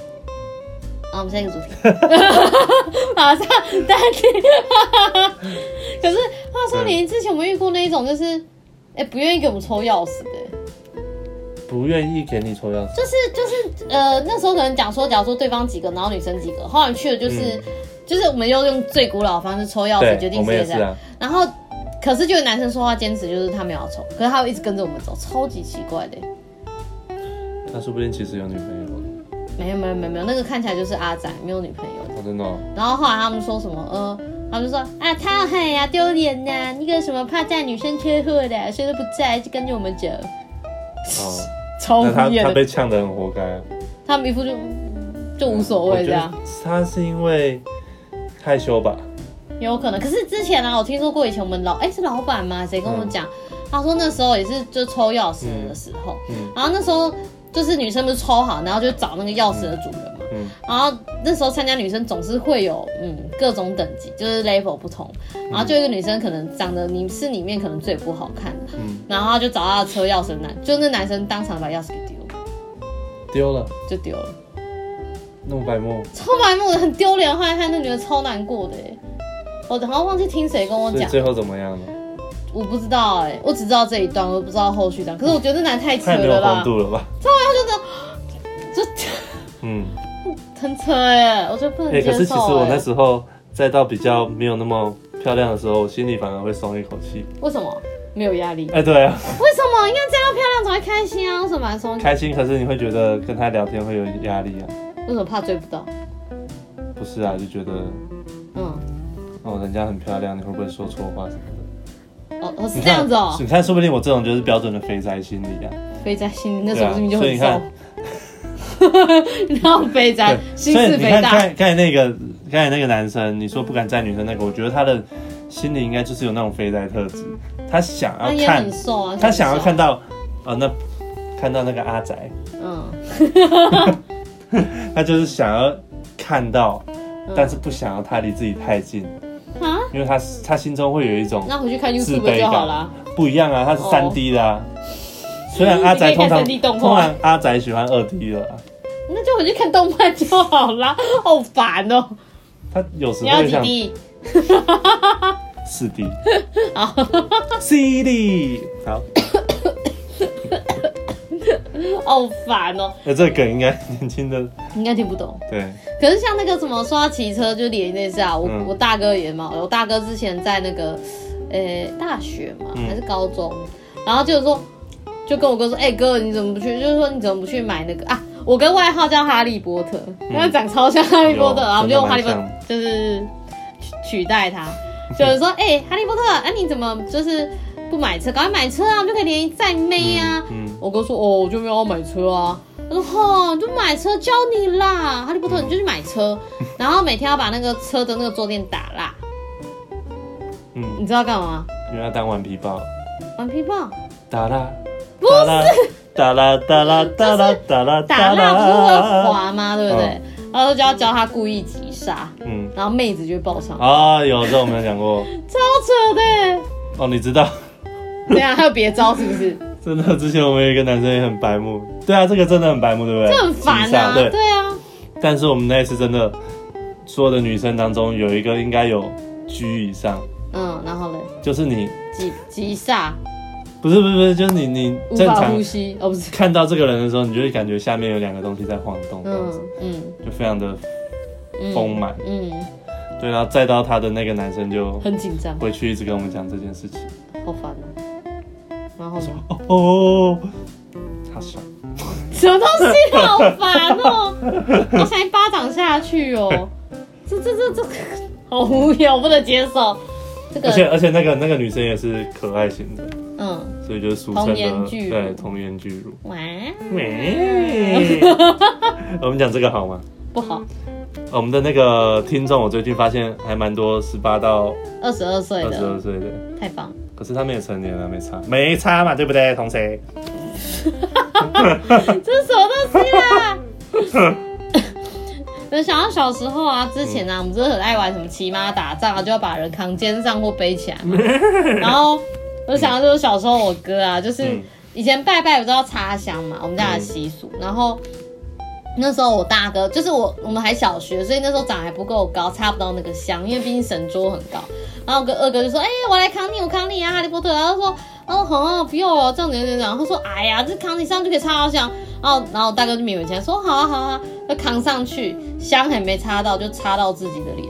[SPEAKER 3] 啊，我们下一个主题， 马上淡定。可是话说，你之前我们遇过那一种，就是哎、不愿意给我们抽钥匙的、
[SPEAKER 4] 不愿意给你抽钥匙，
[SPEAKER 3] 就是就是呃，那时候可能讲说，假如说对方几个，然后女生几个，后来去的就是、就是我们又用最古老的方式抽钥匙决
[SPEAKER 4] 对，我
[SPEAKER 3] 定
[SPEAKER 4] 们也
[SPEAKER 3] 谁
[SPEAKER 4] 是
[SPEAKER 3] 的，
[SPEAKER 4] 啊，
[SPEAKER 3] 然后。可是就有男生说他坚持就是他没有要抽，可是他会一直跟着我们走，超级奇怪的、
[SPEAKER 4] 他说不定其实有女朋友了，
[SPEAKER 3] 没有没有没有没有，那个看起来就是阿仔没有女朋友。
[SPEAKER 4] 我真的哦，
[SPEAKER 3] 然后后来他们说什么？呃，他们就说啊，他很呀、丢脸呐、那个什么怕载女生车祸的，谁都不在，就跟着我们走，
[SPEAKER 4] 哦
[SPEAKER 3] 超
[SPEAKER 4] 那他
[SPEAKER 3] 无言
[SPEAKER 4] 他
[SPEAKER 3] 的。
[SPEAKER 4] 被呛得很活该啊，
[SPEAKER 3] 他们一副就就无所
[SPEAKER 4] 我
[SPEAKER 3] 谓这
[SPEAKER 4] 觉
[SPEAKER 3] 样，
[SPEAKER 4] 得他是因为害羞吧，
[SPEAKER 3] 有可能。可是之前啊，我听说过以前我们老哎是老板吗？谁跟我讲？他说那时候也是就抽钥匙的时候，
[SPEAKER 4] 嗯
[SPEAKER 3] 然后那时候就是女生不是抽好，然后就找那个钥匙的主人嘛。
[SPEAKER 4] 嗯
[SPEAKER 3] 然后那时候参加女生总是会有嗯各种等级，就是 level 不同。
[SPEAKER 4] 嗯
[SPEAKER 3] 然后就有一个女生可能长得你是里面可能最不好看的，
[SPEAKER 4] 嗯，
[SPEAKER 3] 然后她就找她的车钥匙的男，就那男生当场把钥匙给丢了，
[SPEAKER 4] 丢了，
[SPEAKER 3] 就丢了，
[SPEAKER 4] 那么白目，
[SPEAKER 3] 超白目的，很丢脸。后来看那女的超难过的欸，我好像忘记听谁跟我
[SPEAKER 4] 所以
[SPEAKER 3] 讲，
[SPEAKER 4] 最后怎么样了？
[SPEAKER 3] 我不知道哎、我只知道这一段，我不知道后续这样。可是我觉得那男的太扯
[SPEAKER 4] 太没有
[SPEAKER 3] 了
[SPEAKER 4] 风
[SPEAKER 3] 啦，
[SPEAKER 4] 度了吧？
[SPEAKER 3] 就
[SPEAKER 4] 嗯，
[SPEAKER 3] 很扯哎、我觉得不能
[SPEAKER 4] 哎，
[SPEAKER 3] 接受、
[SPEAKER 4] 可
[SPEAKER 3] 欸。
[SPEAKER 4] 是其实我那时候再到比较没有那么漂亮的时候，我心里反而会松一口气。
[SPEAKER 3] 为什么没有压力？
[SPEAKER 4] 哎，对啊，
[SPEAKER 3] 为什么应该这样漂亮才会开心啊？为什么还说
[SPEAKER 4] 开心，可是你会觉得跟他聊天会有压力啊？
[SPEAKER 3] 为什么怕追不到？
[SPEAKER 4] 不是啊，就觉得
[SPEAKER 3] 嗯，
[SPEAKER 4] 哦，人家很漂亮，你会不会说错话什么的？
[SPEAKER 3] 哦，哦是
[SPEAKER 4] 你看
[SPEAKER 3] 这样子哦，
[SPEAKER 4] 你看，说不定我这种 就是标准的肥宅心理啊。
[SPEAKER 3] 肥宅心那
[SPEAKER 4] 对
[SPEAKER 3] 时候
[SPEAKER 4] 啊，
[SPEAKER 3] 明明就
[SPEAKER 4] 所以
[SPEAKER 3] 很
[SPEAKER 4] 你
[SPEAKER 3] 瘦
[SPEAKER 4] 看，，
[SPEAKER 3] 然后肥宅
[SPEAKER 4] 对，
[SPEAKER 3] 哎心
[SPEAKER 4] 所以
[SPEAKER 3] 思
[SPEAKER 4] 你
[SPEAKER 3] 肥
[SPEAKER 4] 看刚才
[SPEAKER 3] 大，
[SPEAKER 4] 刚才那个刚才那个男生，你说不敢载女生那个，我觉得他的心里应该就是有那种肥宅特质，他想
[SPEAKER 3] 他
[SPEAKER 4] 要
[SPEAKER 3] 也
[SPEAKER 4] 看
[SPEAKER 3] 很，瘦啊，
[SPEAKER 4] 他想要看
[SPEAKER 3] 到，
[SPEAKER 4] 到啊、那看到那个阿宅，
[SPEAKER 3] 嗯，
[SPEAKER 4] 他就是想要看到，
[SPEAKER 3] 嗯
[SPEAKER 4] 但是不想要他离自己太近，
[SPEAKER 3] 啊，
[SPEAKER 4] 因为他他心中会有一种
[SPEAKER 3] 那回去看
[SPEAKER 4] 自
[SPEAKER 3] YouTube
[SPEAKER 4] 卑
[SPEAKER 3] 就好
[SPEAKER 4] 感
[SPEAKER 3] 啦。，
[SPEAKER 4] 不一样啊，他是
[SPEAKER 3] 哦嗯
[SPEAKER 4] 三 D 的啊。虽然阿宅
[SPEAKER 3] 你可以看
[SPEAKER 4] 通常
[SPEAKER 3] 3D 动
[SPEAKER 4] 通
[SPEAKER 3] 画
[SPEAKER 4] 常阿宅喜欢二 D 的啊、
[SPEAKER 3] 那就回去看动漫就好啦，好烦哦、
[SPEAKER 4] 他有时
[SPEAKER 3] 你要
[SPEAKER 4] 会
[SPEAKER 3] 几
[SPEAKER 4] 像
[SPEAKER 3] 滴？
[SPEAKER 4] 四 D，c D，好，
[SPEAKER 3] 好烦哦、
[SPEAKER 4] 那哎这个梗应该年轻的
[SPEAKER 3] 你应该听不懂。
[SPEAKER 4] 对，
[SPEAKER 3] 可是像那个什么说到骑车就连那次啊，我、
[SPEAKER 4] 嗯
[SPEAKER 3] 我大哥也嘛，我大哥之前在那个，呃、大学嘛
[SPEAKER 4] 嗯
[SPEAKER 3] 还是高中，然后就是说，就跟我哥说，哎、哥你怎么不去？就是说你怎么不去买那个啊？我跟外号叫哈利波特，因为长超像哈利波特，
[SPEAKER 4] 嗯有
[SPEAKER 3] 然后我们就用哈利波特
[SPEAKER 4] 真的蛮
[SPEAKER 3] 就是取取代 他，就是说，哎、哈利波特，哎、你怎么就是不买车？赶快买车啊，我们就可以联谊载妹啊。
[SPEAKER 4] 嗯，
[SPEAKER 3] 我哥说哦，我就没有要买车啊。他说吼，你就买车教你啦，哈利波特你就去买 车，然后每天要把那个车的那个坐垫打蜡，
[SPEAKER 4] 嗯嗯，
[SPEAKER 3] 你知道干嘛？
[SPEAKER 4] 因为要当顽皮豹，
[SPEAKER 3] 玩皮棒，
[SPEAKER 4] 打 啦，不是，打啦打啦打啦打啦
[SPEAKER 3] 打蜡不是会，滑吗？对不对？然后就要教他故意急刹，
[SPEAKER 4] 嗯，
[SPEAKER 3] 然后妹子就会爆上，
[SPEAKER 4] 啊，有这我没有讲过，
[SPEAKER 3] 超扯的。
[SPEAKER 4] 哦，你知道，
[SPEAKER 3] 对啊，还有别招是不是？
[SPEAKER 4] 真的，之前我们有一个男生也很白目，对啊，这个真的很白目，对不对？
[SPEAKER 3] 这很烦
[SPEAKER 4] 情商
[SPEAKER 3] 啊。
[SPEAKER 4] 对，
[SPEAKER 3] 对啊，
[SPEAKER 4] 但是我们那一次真的，所有的女生当中有一个应该有 G 以上，
[SPEAKER 3] 嗯，然后嘞，
[SPEAKER 4] 就是你，
[SPEAKER 3] 急急刹，
[SPEAKER 4] 不是不是不是，就是你你
[SPEAKER 3] 无
[SPEAKER 4] 正
[SPEAKER 3] 法
[SPEAKER 4] 常
[SPEAKER 3] 呼吸，哦不是，
[SPEAKER 4] 看到这个人的时候，你就会感觉下面有两个东西在晃动，这样子
[SPEAKER 3] 嗯嗯
[SPEAKER 4] 就非常的丰
[SPEAKER 3] 嗯
[SPEAKER 4] 满。
[SPEAKER 3] 嗯，
[SPEAKER 4] 对，然后再到他的那个男生就
[SPEAKER 3] 很紧张，
[SPEAKER 4] 回去一直跟我们讲这件事情。
[SPEAKER 3] 好烦哦。然后呢？
[SPEAKER 4] 哦哦，他爽，
[SPEAKER 3] 什么东西好烦哦、 我想一巴掌下去哦、这这这这好无聊，我不能接受。这
[SPEAKER 4] 而且
[SPEAKER 3] 个，
[SPEAKER 4] 而且那个那个女生也是可爱型的，
[SPEAKER 3] 嗯，
[SPEAKER 4] 所以就是俗称
[SPEAKER 3] 童颜
[SPEAKER 4] 的
[SPEAKER 3] 巨乳
[SPEAKER 4] 对童颜嗯巨乳。
[SPEAKER 3] 哇，
[SPEAKER 4] 喂 我们讲这个好吗？哦
[SPEAKER 3] 不好。
[SPEAKER 4] 我们的那个听众，我最近发现还蛮多十八到
[SPEAKER 3] 二十二岁
[SPEAKER 4] 二十二
[SPEAKER 3] 的，
[SPEAKER 4] 岁的，
[SPEAKER 3] 太棒。
[SPEAKER 4] 可是他们也成年了，没差，没差嘛，对不对，同学？
[SPEAKER 3] 这是什么东西啊？ 我想到小时候啊，之前
[SPEAKER 4] 嗯
[SPEAKER 3] 啊，我们真的很爱玩什么骑马打仗啊，就要把人 扛肩上或背起来嘛。然后我想到就是小时候我哥啊，就是
[SPEAKER 4] 嗯
[SPEAKER 3] 以前拜拜不是要插香嘛，我们家的习俗，然后。那时候我大哥就是我，我们还小学，所以那时候长还不够高，插不到那个香，因为毕竟神桌很高。然后我跟二哥就说：“哎、我来扛你，我扛你啊，哈利波特。”然后说：“哦，好、不要哦，这样子有点。”然后说：“哎呀，这扛你上去可以插到香。”然后，然后我大哥就勉为其难说：“好啊，好啊。”就扛上去，香还没插到，就插到自己的脸。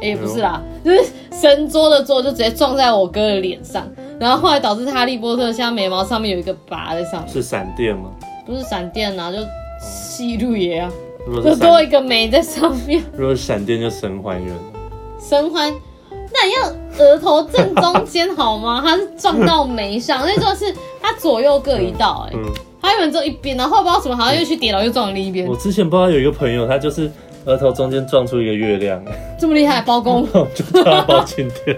[SPEAKER 3] 也、不是啦，就是神桌的桌就直接撞在我哥的脸上，然后后来导致哈利波特现在眉毛上面有一个疤在上面，
[SPEAKER 4] 是闪电吗？
[SPEAKER 3] 不是闪电啊，就吸入液啊。
[SPEAKER 4] 如果
[SPEAKER 3] 就是多
[SPEAKER 4] 闪
[SPEAKER 3] 一，个眉在上面。
[SPEAKER 4] 如果是闪电就神还原了，
[SPEAKER 3] 神欢，那你要额头正中间好吗？他是撞到眉上，那时候是他左右各一道、哎、
[SPEAKER 4] 嗯。
[SPEAKER 3] 他原本只有一边，然后不知道什么，好像又去跌倒，又撞了另一边
[SPEAKER 4] 我，之前不知道有一个朋友，他就是额头中间撞出一个月亮，
[SPEAKER 3] 这么厉害，包
[SPEAKER 4] 。
[SPEAKER 3] 公
[SPEAKER 4] 我就叫他包青天，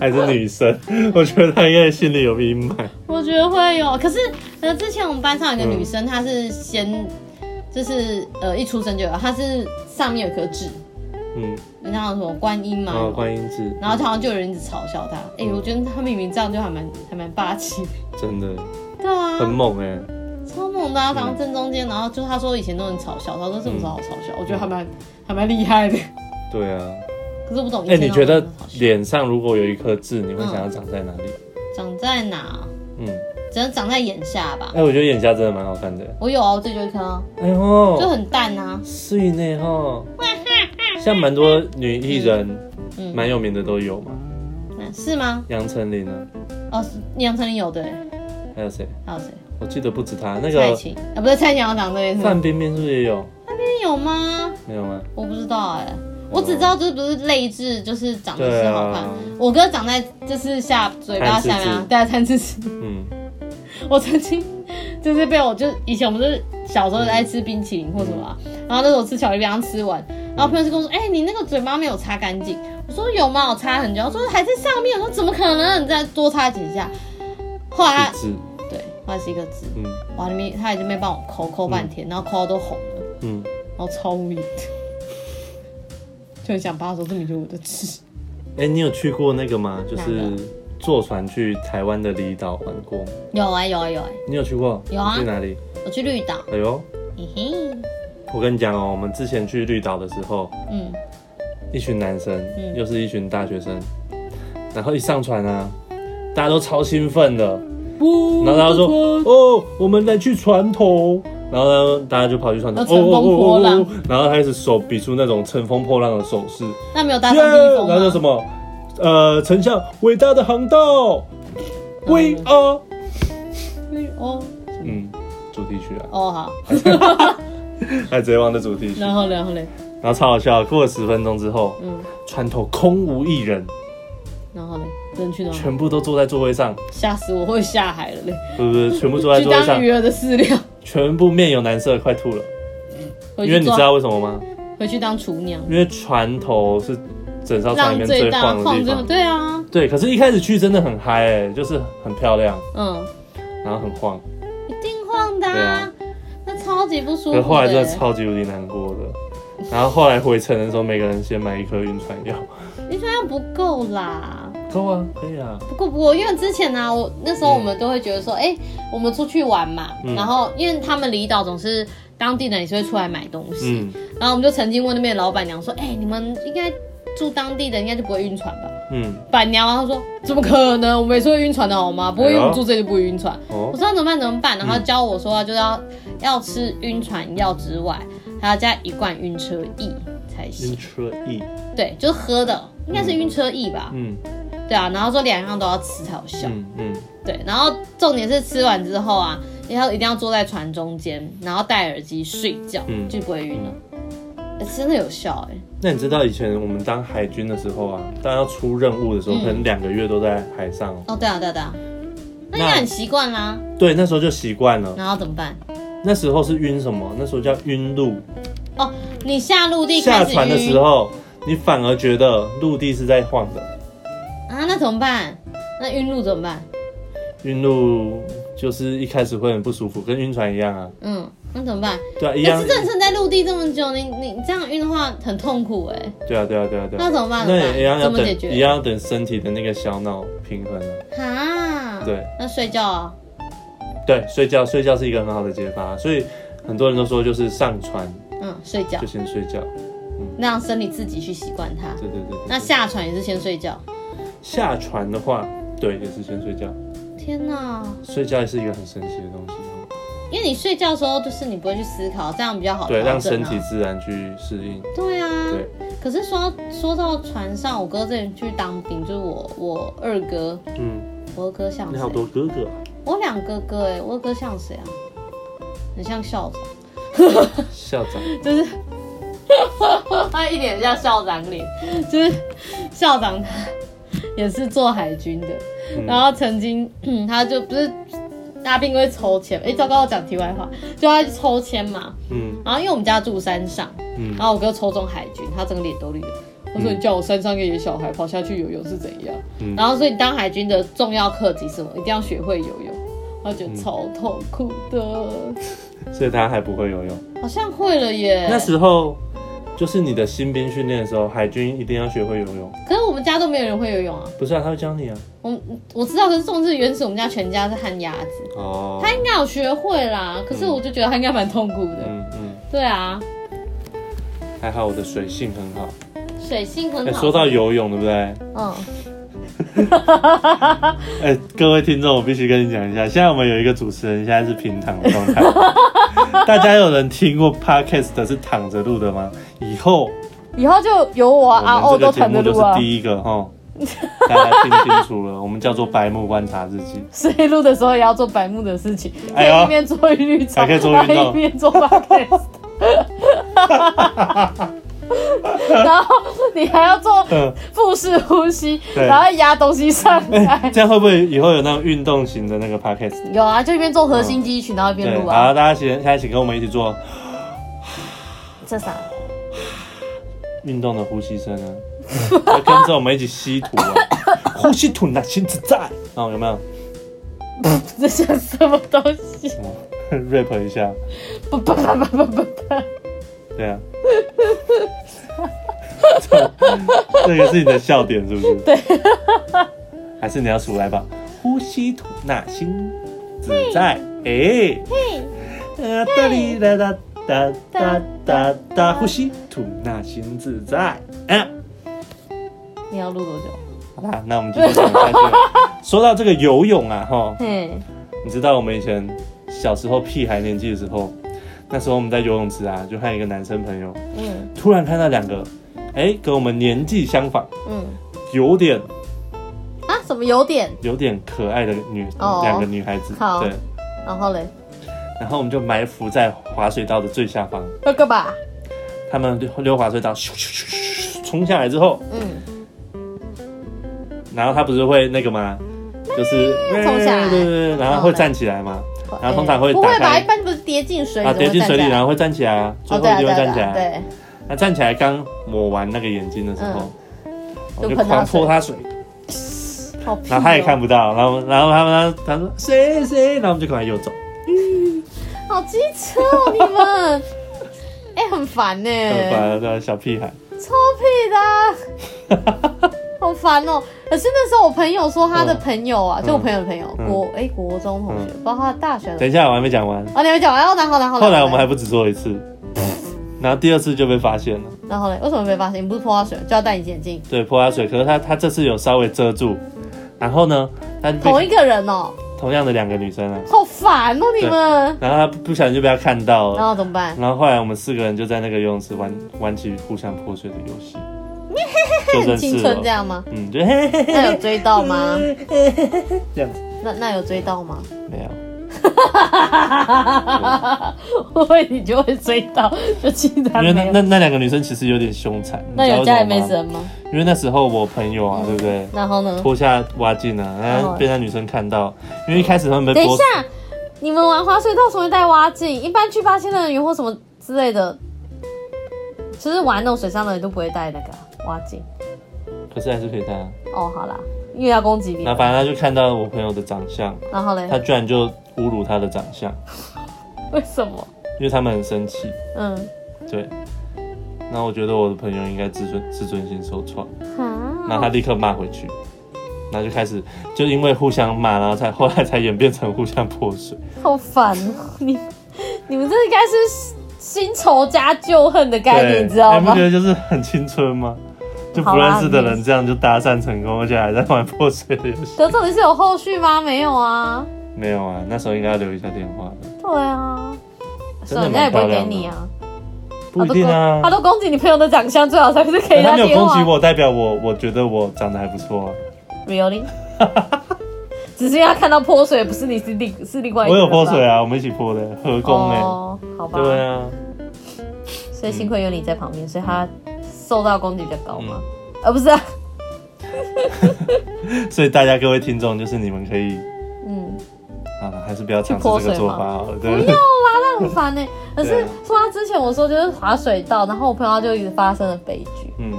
[SPEAKER 4] 还是女生，我觉得他应该心里有阴霾。
[SPEAKER 3] 我觉得会有，可是呃，之前我们班上有一个女生，她是先就是呃一出生就有，她是上面有颗痣，
[SPEAKER 4] 嗯，
[SPEAKER 3] 你知道什么观音嘛
[SPEAKER 4] 然，后哦观音痣，
[SPEAKER 3] 然后就好像就有人一直嘲笑她，哎、我觉得她明明这样就还蛮还蛮霸气，
[SPEAKER 4] 真的
[SPEAKER 3] 对啊，
[SPEAKER 4] 很猛哎、
[SPEAKER 3] 超猛的、啊，然后正中间，然后就他说以前都很嘲笑，他说这有什么好嘲笑？我觉得还蛮还蛮厉害的，
[SPEAKER 4] 对啊，
[SPEAKER 3] 可是我不懂。
[SPEAKER 4] 哎、你觉得
[SPEAKER 3] 脸
[SPEAKER 4] 脸上如果有一颗痣，你会想要长在哪里？
[SPEAKER 3] 长在哪？
[SPEAKER 4] 嗯，
[SPEAKER 3] 只能长在眼下吧
[SPEAKER 4] 哎、。我觉得眼下真的蛮好看的、
[SPEAKER 3] 我有啊，我这就一颗啊，
[SPEAKER 4] 哎
[SPEAKER 3] 就
[SPEAKER 4] 呦，
[SPEAKER 3] 很淡啊。
[SPEAKER 4] 碎呢哈，像蛮多女艺人
[SPEAKER 3] 嗯
[SPEAKER 4] 蛮有名的都有嘛，
[SPEAKER 3] 嗯是吗？
[SPEAKER 4] 杨丞琳啊，
[SPEAKER 3] 哦，是杨丞琳有的欸，
[SPEAKER 4] 还有谁？
[SPEAKER 3] 还有谁？
[SPEAKER 4] 我记得不止她，那
[SPEAKER 3] 蔡
[SPEAKER 4] 个
[SPEAKER 3] 琴啊，不是蔡琴要长这边是吗？
[SPEAKER 4] 范冰冰是不是也有？
[SPEAKER 3] 那有吗？
[SPEAKER 4] 没有吗？
[SPEAKER 3] 我不知道哎，我只知道就是不是泪痣，就是长得
[SPEAKER 4] 对
[SPEAKER 3] 是
[SPEAKER 4] 啊
[SPEAKER 3] 好看。我哥长在就是下嘴巴下面啊
[SPEAKER 4] 贪吃痣，
[SPEAKER 3] 对啊，贪吃痣。
[SPEAKER 4] 嗯，
[SPEAKER 3] 我曾经就是被我就以前我们就是小时候爱吃冰淇淋或什么、啊，然后那时候吃巧克力冰，刚吃完，然后朋友就跟我说：“哎、你那个嘴巴没有擦干净。”我说：“有吗？我擦很久。”他说：“还在上面。”我说：“怎么可能？你再多擦几下。”后来他
[SPEAKER 4] 是痣，
[SPEAKER 3] 对，后来是一个痣，
[SPEAKER 4] 嗯
[SPEAKER 3] 哇，里面他已经被帮我抠抠半天，然后抠到都红了，
[SPEAKER 4] 嗯，
[SPEAKER 3] 然后超无语的， 就很想把他说：“这明就是我的痣。
[SPEAKER 4] 哎、你有去过那个吗？就
[SPEAKER 3] 哪
[SPEAKER 4] 是
[SPEAKER 3] 个
[SPEAKER 4] 坐船去台湾的离岛玩过吗？”
[SPEAKER 3] 有啊有啊有啊，
[SPEAKER 4] 你有去过？
[SPEAKER 3] 有啊
[SPEAKER 4] 你去哪里？
[SPEAKER 3] 我去绿岛，
[SPEAKER 4] 哎呦，
[SPEAKER 3] 嘿嘿，
[SPEAKER 4] 我跟你讲哦，我们之前去绿岛的时候，
[SPEAKER 3] 嗯，
[SPEAKER 4] 一群男生，
[SPEAKER 3] 嗯
[SPEAKER 4] 又是一群大学生，然后一上船啊，大家都超兴奋的，然后大家说哦，我们来去船头。然后呢，大家就跑去船头，
[SPEAKER 3] 要乘风破浪
[SPEAKER 4] 哦，然后开始手比出那种乘风破浪的手势，
[SPEAKER 3] 那没有搭
[SPEAKER 4] 耶
[SPEAKER 3] 上蜜蜂
[SPEAKER 4] 然后就什
[SPEAKER 3] 吗？
[SPEAKER 4] 么，呃，丞相伟大的航道，We
[SPEAKER 3] 嗯
[SPEAKER 4] are，
[SPEAKER 3] 哦
[SPEAKER 4] 嗯，主题曲啊，
[SPEAKER 3] 哦好。
[SPEAKER 4] 海贼王的主题曲，
[SPEAKER 3] 然后嘞，然后嘞，
[SPEAKER 4] 然后超好笑。过了十分钟之后，
[SPEAKER 3] 嗯，
[SPEAKER 4] 船头空无一人，
[SPEAKER 3] 然后嘞，人去哪？
[SPEAKER 4] 全部都坐在座位上，
[SPEAKER 3] 吓死我，会下海了嘞，
[SPEAKER 4] 不不不，全部坐在
[SPEAKER 3] 去
[SPEAKER 4] 座位
[SPEAKER 3] 当
[SPEAKER 4] 上
[SPEAKER 3] 鱼，儿的饲料。
[SPEAKER 4] 全部面有难色，快吐了。
[SPEAKER 3] 回
[SPEAKER 4] 因为
[SPEAKER 3] 去
[SPEAKER 4] 你
[SPEAKER 3] 做
[SPEAKER 4] 知，道为什么吗？
[SPEAKER 3] 回去当厨娘，
[SPEAKER 4] 因为船头是整艘船
[SPEAKER 3] 浪
[SPEAKER 4] 里面
[SPEAKER 3] 最
[SPEAKER 4] 最
[SPEAKER 3] 大，
[SPEAKER 4] 晃的
[SPEAKER 3] 晃
[SPEAKER 4] 地
[SPEAKER 3] 最后，
[SPEAKER 4] 方。
[SPEAKER 3] 对啊，
[SPEAKER 4] 对，可是一开始去真的很嗨、欸，就是很漂亮，
[SPEAKER 3] 嗯，
[SPEAKER 4] 然后很晃，
[SPEAKER 3] 一定晃的啊，那超级不舒服
[SPEAKER 4] 可是
[SPEAKER 3] 的。欸
[SPEAKER 4] 后来真的超级无敌难过的。然后后来回程的时候，每个人先买一颗晕船药，
[SPEAKER 3] 你说要不够啦。
[SPEAKER 4] 够啊，可以啊，
[SPEAKER 3] 不过不过，因为之前呢、啊我那时候我们都会觉得说，哎、我们出去玩嘛，
[SPEAKER 4] 嗯
[SPEAKER 3] 然后因为他们离岛总是当地人也是会出来买东西，
[SPEAKER 4] 嗯
[SPEAKER 3] 然后我们就曾经问那边的老板娘说，哎、你们应该住当地的，应该就不会晕船吧？
[SPEAKER 4] 嗯，
[SPEAKER 3] 板娘啊，她说怎么可能？我们也是会晕船的好吗？不会，因为我们住这里就不会晕船。我
[SPEAKER 4] 哎哦，
[SPEAKER 3] 说那怎么办？怎么办？然后她教我说啊，就是要要吃晕船药之外，还要加一罐晕车液才
[SPEAKER 4] 晕
[SPEAKER 3] 行。
[SPEAKER 4] 车意，
[SPEAKER 3] 对，就是喝的，应该是晕车液吧？
[SPEAKER 4] 嗯
[SPEAKER 3] 对啊，然后说两样都要吃才有效。
[SPEAKER 4] 嗯嗯，
[SPEAKER 3] 对，然后重点是吃完之后啊，你要一定要坐在船中间，然后戴耳机睡觉，
[SPEAKER 4] 嗯
[SPEAKER 3] 就不会晕了。欸真的有效哎、
[SPEAKER 4] 那你知道以前我们当海军的时候啊，当要出任务的时候，
[SPEAKER 3] 嗯
[SPEAKER 4] 可能两个月都在海上哦。
[SPEAKER 3] 哦，对啊，对啊，对啊，那应
[SPEAKER 4] 那
[SPEAKER 3] 该很习惯啦。
[SPEAKER 4] 对，那时候就习惯了。
[SPEAKER 3] 然后怎么办？
[SPEAKER 4] 那时候是晕什么？那时候叫晕路。
[SPEAKER 3] 哦，你下陆地开
[SPEAKER 4] 下
[SPEAKER 3] 始
[SPEAKER 4] 船的
[SPEAKER 3] 晕
[SPEAKER 4] 时候，你反而觉得陆地是在晃的。
[SPEAKER 3] 啊，那怎么办？那晕路怎么办？
[SPEAKER 4] 晕路就是一开始会很不舒服，跟晕船一样啊。
[SPEAKER 3] 嗯，那怎么办？哎
[SPEAKER 4] 对啊，一
[SPEAKER 3] 可
[SPEAKER 4] 样
[SPEAKER 3] 是。正身在陆地这么久，你你这样晕的话很痛苦哎、
[SPEAKER 4] 对啊，对啊，对啊，对
[SPEAKER 3] 那
[SPEAKER 4] 啊。
[SPEAKER 3] 怎么办？
[SPEAKER 4] 那
[SPEAKER 3] 怎么办
[SPEAKER 4] 也一样要
[SPEAKER 3] 怎么
[SPEAKER 4] 等
[SPEAKER 3] 解，决？
[SPEAKER 4] 一样要等身体的那个小脑平衡啊。
[SPEAKER 3] 啊，
[SPEAKER 4] 对，
[SPEAKER 3] 那睡觉啊，
[SPEAKER 4] 对，睡觉睡觉是一个很好的解法，啊所以很多人都说就是上船
[SPEAKER 3] 嗯，睡觉
[SPEAKER 4] 就，先睡觉，
[SPEAKER 3] 那让身体自己去习惯它。
[SPEAKER 4] 对对对对。
[SPEAKER 3] 那下船也是先睡觉。
[SPEAKER 4] 下船的话，对，也是先睡觉，
[SPEAKER 3] 天哪，
[SPEAKER 4] 睡觉也是一个很神奇的东西，
[SPEAKER 3] 因为你睡觉的时候，就是你不会去思考，这样比较好、调
[SPEAKER 4] 对，让
[SPEAKER 3] 整
[SPEAKER 4] 身
[SPEAKER 3] 啊
[SPEAKER 4] 体自然去适应，
[SPEAKER 3] 对啊，
[SPEAKER 4] 对
[SPEAKER 3] 可是说到说到船上，我哥之前去当兵，就是我我二哥，
[SPEAKER 4] 嗯，
[SPEAKER 3] 我二哥像谁？
[SPEAKER 4] 你好多哥哥啊，
[SPEAKER 3] 我两哥哥哎、我二哥像谁啊？很像校长，
[SPEAKER 4] 校长，
[SPEAKER 3] 就是 他一脸像校长脸，就是校长他也是做海军的，
[SPEAKER 4] 嗯
[SPEAKER 3] 然后曾经、嗯、他就不是大兵会抽签，哎、糟糕，我讲题外话，就他抽签嘛，
[SPEAKER 4] 嗯
[SPEAKER 3] 然后因为我们家住山上，
[SPEAKER 4] 嗯
[SPEAKER 3] 然后我哥抽中海军，他整个脸都绿了。我说
[SPEAKER 4] 嗯
[SPEAKER 3] 你叫我山上一个野小孩跑下去游泳是怎样？
[SPEAKER 4] 嗯
[SPEAKER 3] 然后所以当海军的重要课题是什么？一定要学会游泳。他
[SPEAKER 4] 嗯
[SPEAKER 3] 觉得超痛苦的，
[SPEAKER 4] 所以他还不会游泳。
[SPEAKER 3] 好像会了耶。
[SPEAKER 4] 那时候就是你的新兵训练的时候，海军一定要学会游泳，
[SPEAKER 3] 可是我们家都没有人会游泳啊。
[SPEAKER 4] 不是啊？他会教你啊。
[SPEAKER 3] 我我知道，可是重视原始我们家全家是旱鸭子，
[SPEAKER 4] 哦，
[SPEAKER 3] 他应该有学会啦。可是我就觉得他应该蛮痛苦的。
[SPEAKER 4] 嗯嗯，
[SPEAKER 3] 对啊，
[SPEAKER 4] 还好我的水性很好。
[SPEAKER 3] 水性
[SPEAKER 4] 哎、
[SPEAKER 3] 很好。
[SPEAKER 4] 说到，游泳，对不对？
[SPEAKER 3] 嗯，
[SPEAKER 4] 哎、各位听众，我必须跟你讲一下，现在我们有一个主持人，现在是平躺的状态。 大家有人听过 podcast 的是躺着录的吗？以后
[SPEAKER 3] 以后就有我啊，
[SPEAKER 4] 我
[SPEAKER 3] 欧
[SPEAKER 4] 们这
[SPEAKER 3] 都
[SPEAKER 4] 个节
[SPEAKER 3] 疼
[SPEAKER 4] 目
[SPEAKER 3] 的
[SPEAKER 4] 就
[SPEAKER 3] 路
[SPEAKER 4] 是
[SPEAKER 3] 啊，
[SPEAKER 4] 第一个哈，齁大家听清楚了，我们叫做《白目观察日 记
[SPEAKER 3] 所以录的时候也要做白目的事情，
[SPEAKER 4] 哎
[SPEAKER 3] 可
[SPEAKER 4] 呦
[SPEAKER 3] 以一面做运动，
[SPEAKER 4] 还可以做运动
[SPEAKER 3] 然后一面做 podcast。然后你还要做》。
[SPEAKER 4] 嗯，
[SPEAKER 3] 腹式呼吸，
[SPEAKER 4] 对
[SPEAKER 3] 然后压东西上来。
[SPEAKER 4] 这样会不会以后有那种运动型的那个 podcast？
[SPEAKER 3] 有啊，就一边做核心肌群，然后一边
[SPEAKER 4] 对，
[SPEAKER 3] 录
[SPEAKER 4] 好，
[SPEAKER 3] 啊。
[SPEAKER 4] 大家请大家请跟我们一起做
[SPEAKER 3] 这啥？
[SPEAKER 4] 运动的呼吸声啊，来跟着我们一起吸吐 啊，呼吸吐，那心自在。哦，有没有、
[SPEAKER 3] 这像什么东西？
[SPEAKER 4] 嗯、？rap 一下，
[SPEAKER 3] 不不不不不不不。
[SPEAKER 4] 对啊。这个是你的笑点是不 是？对，还是你要数来吧？呼吸吐纳心自在，哎，啊，哒哩哒哒哒哒哒哒，呼吸吐纳心自在，啊，
[SPEAKER 3] 你要录多久？
[SPEAKER 4] 好啦，那我们继续讲下去了。说到这个游泳啊，哈，
[SPEAKER 3] 嘿，
[SPEAKER 4] 你知道我们以前小时候屁孩年纪的时候，那时候我们在游泳池啊，就和一个男生朋友，
[SPEAKER 3] 嗯
[SPEAKER 4] 突然看到两个，哎，跟我们年纪相仿，
[SPEAKER 3] 嗯。
[SPEAKER 4] 有点
[SPEAKER 3] 啊，什么有点？
[SPEAKER 4] 有点可爱的女
[SPEAKER 3] 哦
[SPEAKER 4] 两个女孩子，
[SPEAKER 3] 好
[SPEAKER 4] 对，
[SPEAKER 3] 然后嘞，
[SPEAKER 4] 然后我们就埋伏在滑水道的最下方，
[SPEAKER 3] 要干嘛？
[SPEAKER 4] 他们溜溜滑水道，咻咻咻咻咻冲下来之后，
[SPEAKER 3] 嗯，
[SPEAKER 4] 然后他不是会那个吗？就是
[SPEAKER 3] 冲下来
[SPEAKER 4] 对对对，然后会站起来吗？然后通常嗯会
[SPEAKER 3] 不
[SPEAKER 4] 打
[SPEAKER 3] 会吧？
[SPEAKER 4] 开
[SPEAKER 3] 一般不是跌进水，
[SPEAKER 4] 啊，
[SPEAKER 3] 怎么
[SPEAKER 4] 跌
[SPEAKER 3] 会
[SPEAKER 4] 进水里，
[SPEAKER 3] 站起来
[SPEAKER 4] 然后会站起来啊，最
[SPEAKER 3] 哦，
[SPEAKER 4] 后
[SPEAKER 3] 对
[SPEAKER 4] 一
[SPEAKER 3] 啊，
[SPEAKER 4] 定
[SPEAKER 3] 对
[SPEAKER 4] 会
[SPEAKER 3] 啊，对
[SPEAKER 4] 站起
[SPEAKER 3] 啊，
[SPEAKER 4] 来啊。
[SPEAKER 3] 对，
[SPEAKER 4] 那站起来刚抹完那个眼睛的时候
[SPEAKER 3] 嗯，
[SPEAKER 4] 我就
[SPEAKER 3] 就喷他
[SPEAKER 4] 狂泼他水，
[SPEAKER 3] 好屁哦
[SPEAKER 4] 然后他也看不到，然后然后他们他说谁谁，然后我们就赶快游走，
[SPEAKER 3] 好机车哦，你们， 哎、很烦呢、
[SPEAKER 4] 很烦的小屁孩。
[SPEAKER 3] 超屁的啊、好烦哦、可是那时候我朋友说他的朋友啊，
[SPEAKER 4] 嗯
[SPEAKER 3] 就我朋友的朋友，
[SPEAKER 4] 嗯
[SPEAKER 3] 国哎、国中同学，不知道他的大学
[SPEAKER 4] 等
[SPEAKER 3] 的。
[SPEAKER 4] 一下，我还没讲完。
[SPEAKER 3] 哦，你们讲完，哦然后然后
[SPEAKER 4] 后来我们还不止做一 次，然后第二次就被发现了。
[SPEAKER 3] 然后嘞，为什么没发现？你不是泼他水，就要戴隐形眼镜，
[SPEAKER 4] 对，泼他水，可是他他这次有稍微遮住，然后呢，他被
[SPEAKER 3] 同一个人哦、
[SPEAKER 4] 同样的两个女生啊，
[SPEAKER 3] 好烦哦、你们。
[SPEAKER 4] 然后他不小心就被他看到
[SPEAKER 3] 然
[SPEAKER 4] 了，
[SPEAKER 3] 后怎么办？
[SPEAKER 4] 然后后来我们四个人就在那个游泳池玩玩起互相泼水的游 戏，就认识
[SPEAKER 3] 青春这
[SPEAKER 4] 了，
[SPEAKER 3] 样吗？
[SPEAKER 4] 嗯，就 嘿嘿嘿
[SPEAKER 3] 那有追到吗？
[SPEAKER 4] 这样子，
[SPEAKER 3] 那那有追到吗？
[SPEAKER 4] 没有，
[SPEAKER 3] 会不会你就会追到？就其他
[SPEAKER 4] 因
[SPEAKER 3] 没
[SPEAKER 4] 为
[SPEAKER 3] 有。
[SPEAKER 4] 那那那两个女生其实有点凶残，
[SPEAKER 3] 那有家里嗯没
[SPEAKER 4] 人，
[SPEAKER 3] 人吗？
[SPEAKER 4] 因为那时候我朋友啊，对不对？
[SPEAKER 3] 然后呢？
[SPEAKER 4] 脱下挖镜啊，然后被那女生看到，因为一开始他们
[SPEAKER 3] 哦等
[SPEAKER 4] 被
[SPEAKER 3] 一
[SPEAKER 4] 泼
[SPEAKER 3] 下，你们玩滑水道什么带蛙镜？一般去八仙乐园或什么之类的，就是玩那种水上乐园都不会带那个蛙镜。
[SPEAKER 4] 可是还是可以带啊。
[SPEAKER 3] 哦，好啦，又要攻击你
[SPEAKER 4] 那，反正他就看到我朋友的长相，
[SPEAKER 3] 然后嘞
[SPEAKER 4] 他，居然就侮辱他的长相，
[SPEAKER 3] 为什么？
[SPEAKER 4] 因为他们很生气。
[SPEAKER 3] 嗯，
[SPEAKER 4] 对，那我觉得我的朋友应该自尊自尊心受创，然后
[SPEAKER 3] 哈，
[SPEAKER 4] 他立刻骂回去，然后就开始就因为互相骂，然后才后来才演变成互相泼水。
[SPEAKER 5] 好烦哦！ 你你们这应该是新仇加旧恨的概
[SPEAKER 4] 对
[SPEAKER 5] 念，你知道
[SPEAKER 4] 你不
[SPEAKER 5] 吗
[SPEAKER 4] 觉？得就是很青春吗？就不
[SPEAKER 5] 好
[SPEAKER 4] 认
[SPEAKER 5] 啦
[SPEAKER 4] 识的
[SPEAKER 5] 没
[SPEAKER 4] 人这样就搭讪成功，而且还在玩泼水的游戏。
[SPEAKER 5] 可重点是有后续吗？没有啊。
[SPEAKER 4] 没有啊，那时候应该要留一下电话的，
[SPEAKER 5] 对啊，
[SPEAKER 4] 真的
[SPEAKER 5] 人家也
[SPEAKER 4] 蛮漂
[SPEAKER 5] 不会给
[SPEAKER 4] 亮
[SPEAKER 5] 你
[SPEAKER 4] 的。
[SPEAKER 5] 啊。
[SPEAKER 4] 不一定啊哎
[SPEAKER 5] 他，都攻击你朋友的长相，最好才是可以
[SPEAKER 4] 他没有
[SPEAKER 5] 电
[SPEAKER 4] 攻
[SPEAKER 5] 话。
[SPEAKER 4] 击我，代表我我觉得我长得还不错啊。
[SPEAKER 5] Really？只是因为他看到泼水，不是你是另是另外一个
[SPEAKER 4] 我
[SPEAKER 5] 人
[SPEAKER 4] 有
[SPEAKER 5] 吧。
[SPEAKER 4] 泼水啊，我们一起泼的合工哎、
[SPEAKER 5] 哦，好吧。
[SPEAKER 4] 对啊，
[SPEAKER 5] 所以幸亏有你在旁边，所以他受到攻击比较高嘛。
[SPEAKER 4] 嗯
[SPEAKER 5] 呃，不是、啊，
[SPEAKER 4] 所以大家各位听众，就是你们可以
[SPEAKER 5] 嗯，
[SPEAKER 4] 啊，还是不要尝试
[SPEAKER 5] 去泼
[SPEAKER 4] 这个
[SPEAKER 5] 水
[SPEAKER 4] 做
[SPEAKER 5] 吗
[SPEAKER 4] 法好了，
[SPEAKER 5] 不
[SPEAKER 4] 对
[SPEAKER 5] 要
[SPEAKER 4] 不
[SPEAKER 5] 啦，
[SPEAKER 4] 对？
[SPEAKER 5] 那很烦呢、欸 可
[SPEAKER 4] 对
[SPEAKER 5] 是
[SPEAKER 4] 啊
[SPEAKER 5] 说到之前我说就是滑水道，然后我朋友他就一直发生了悲剧，
[SPEAKER 4] 嗯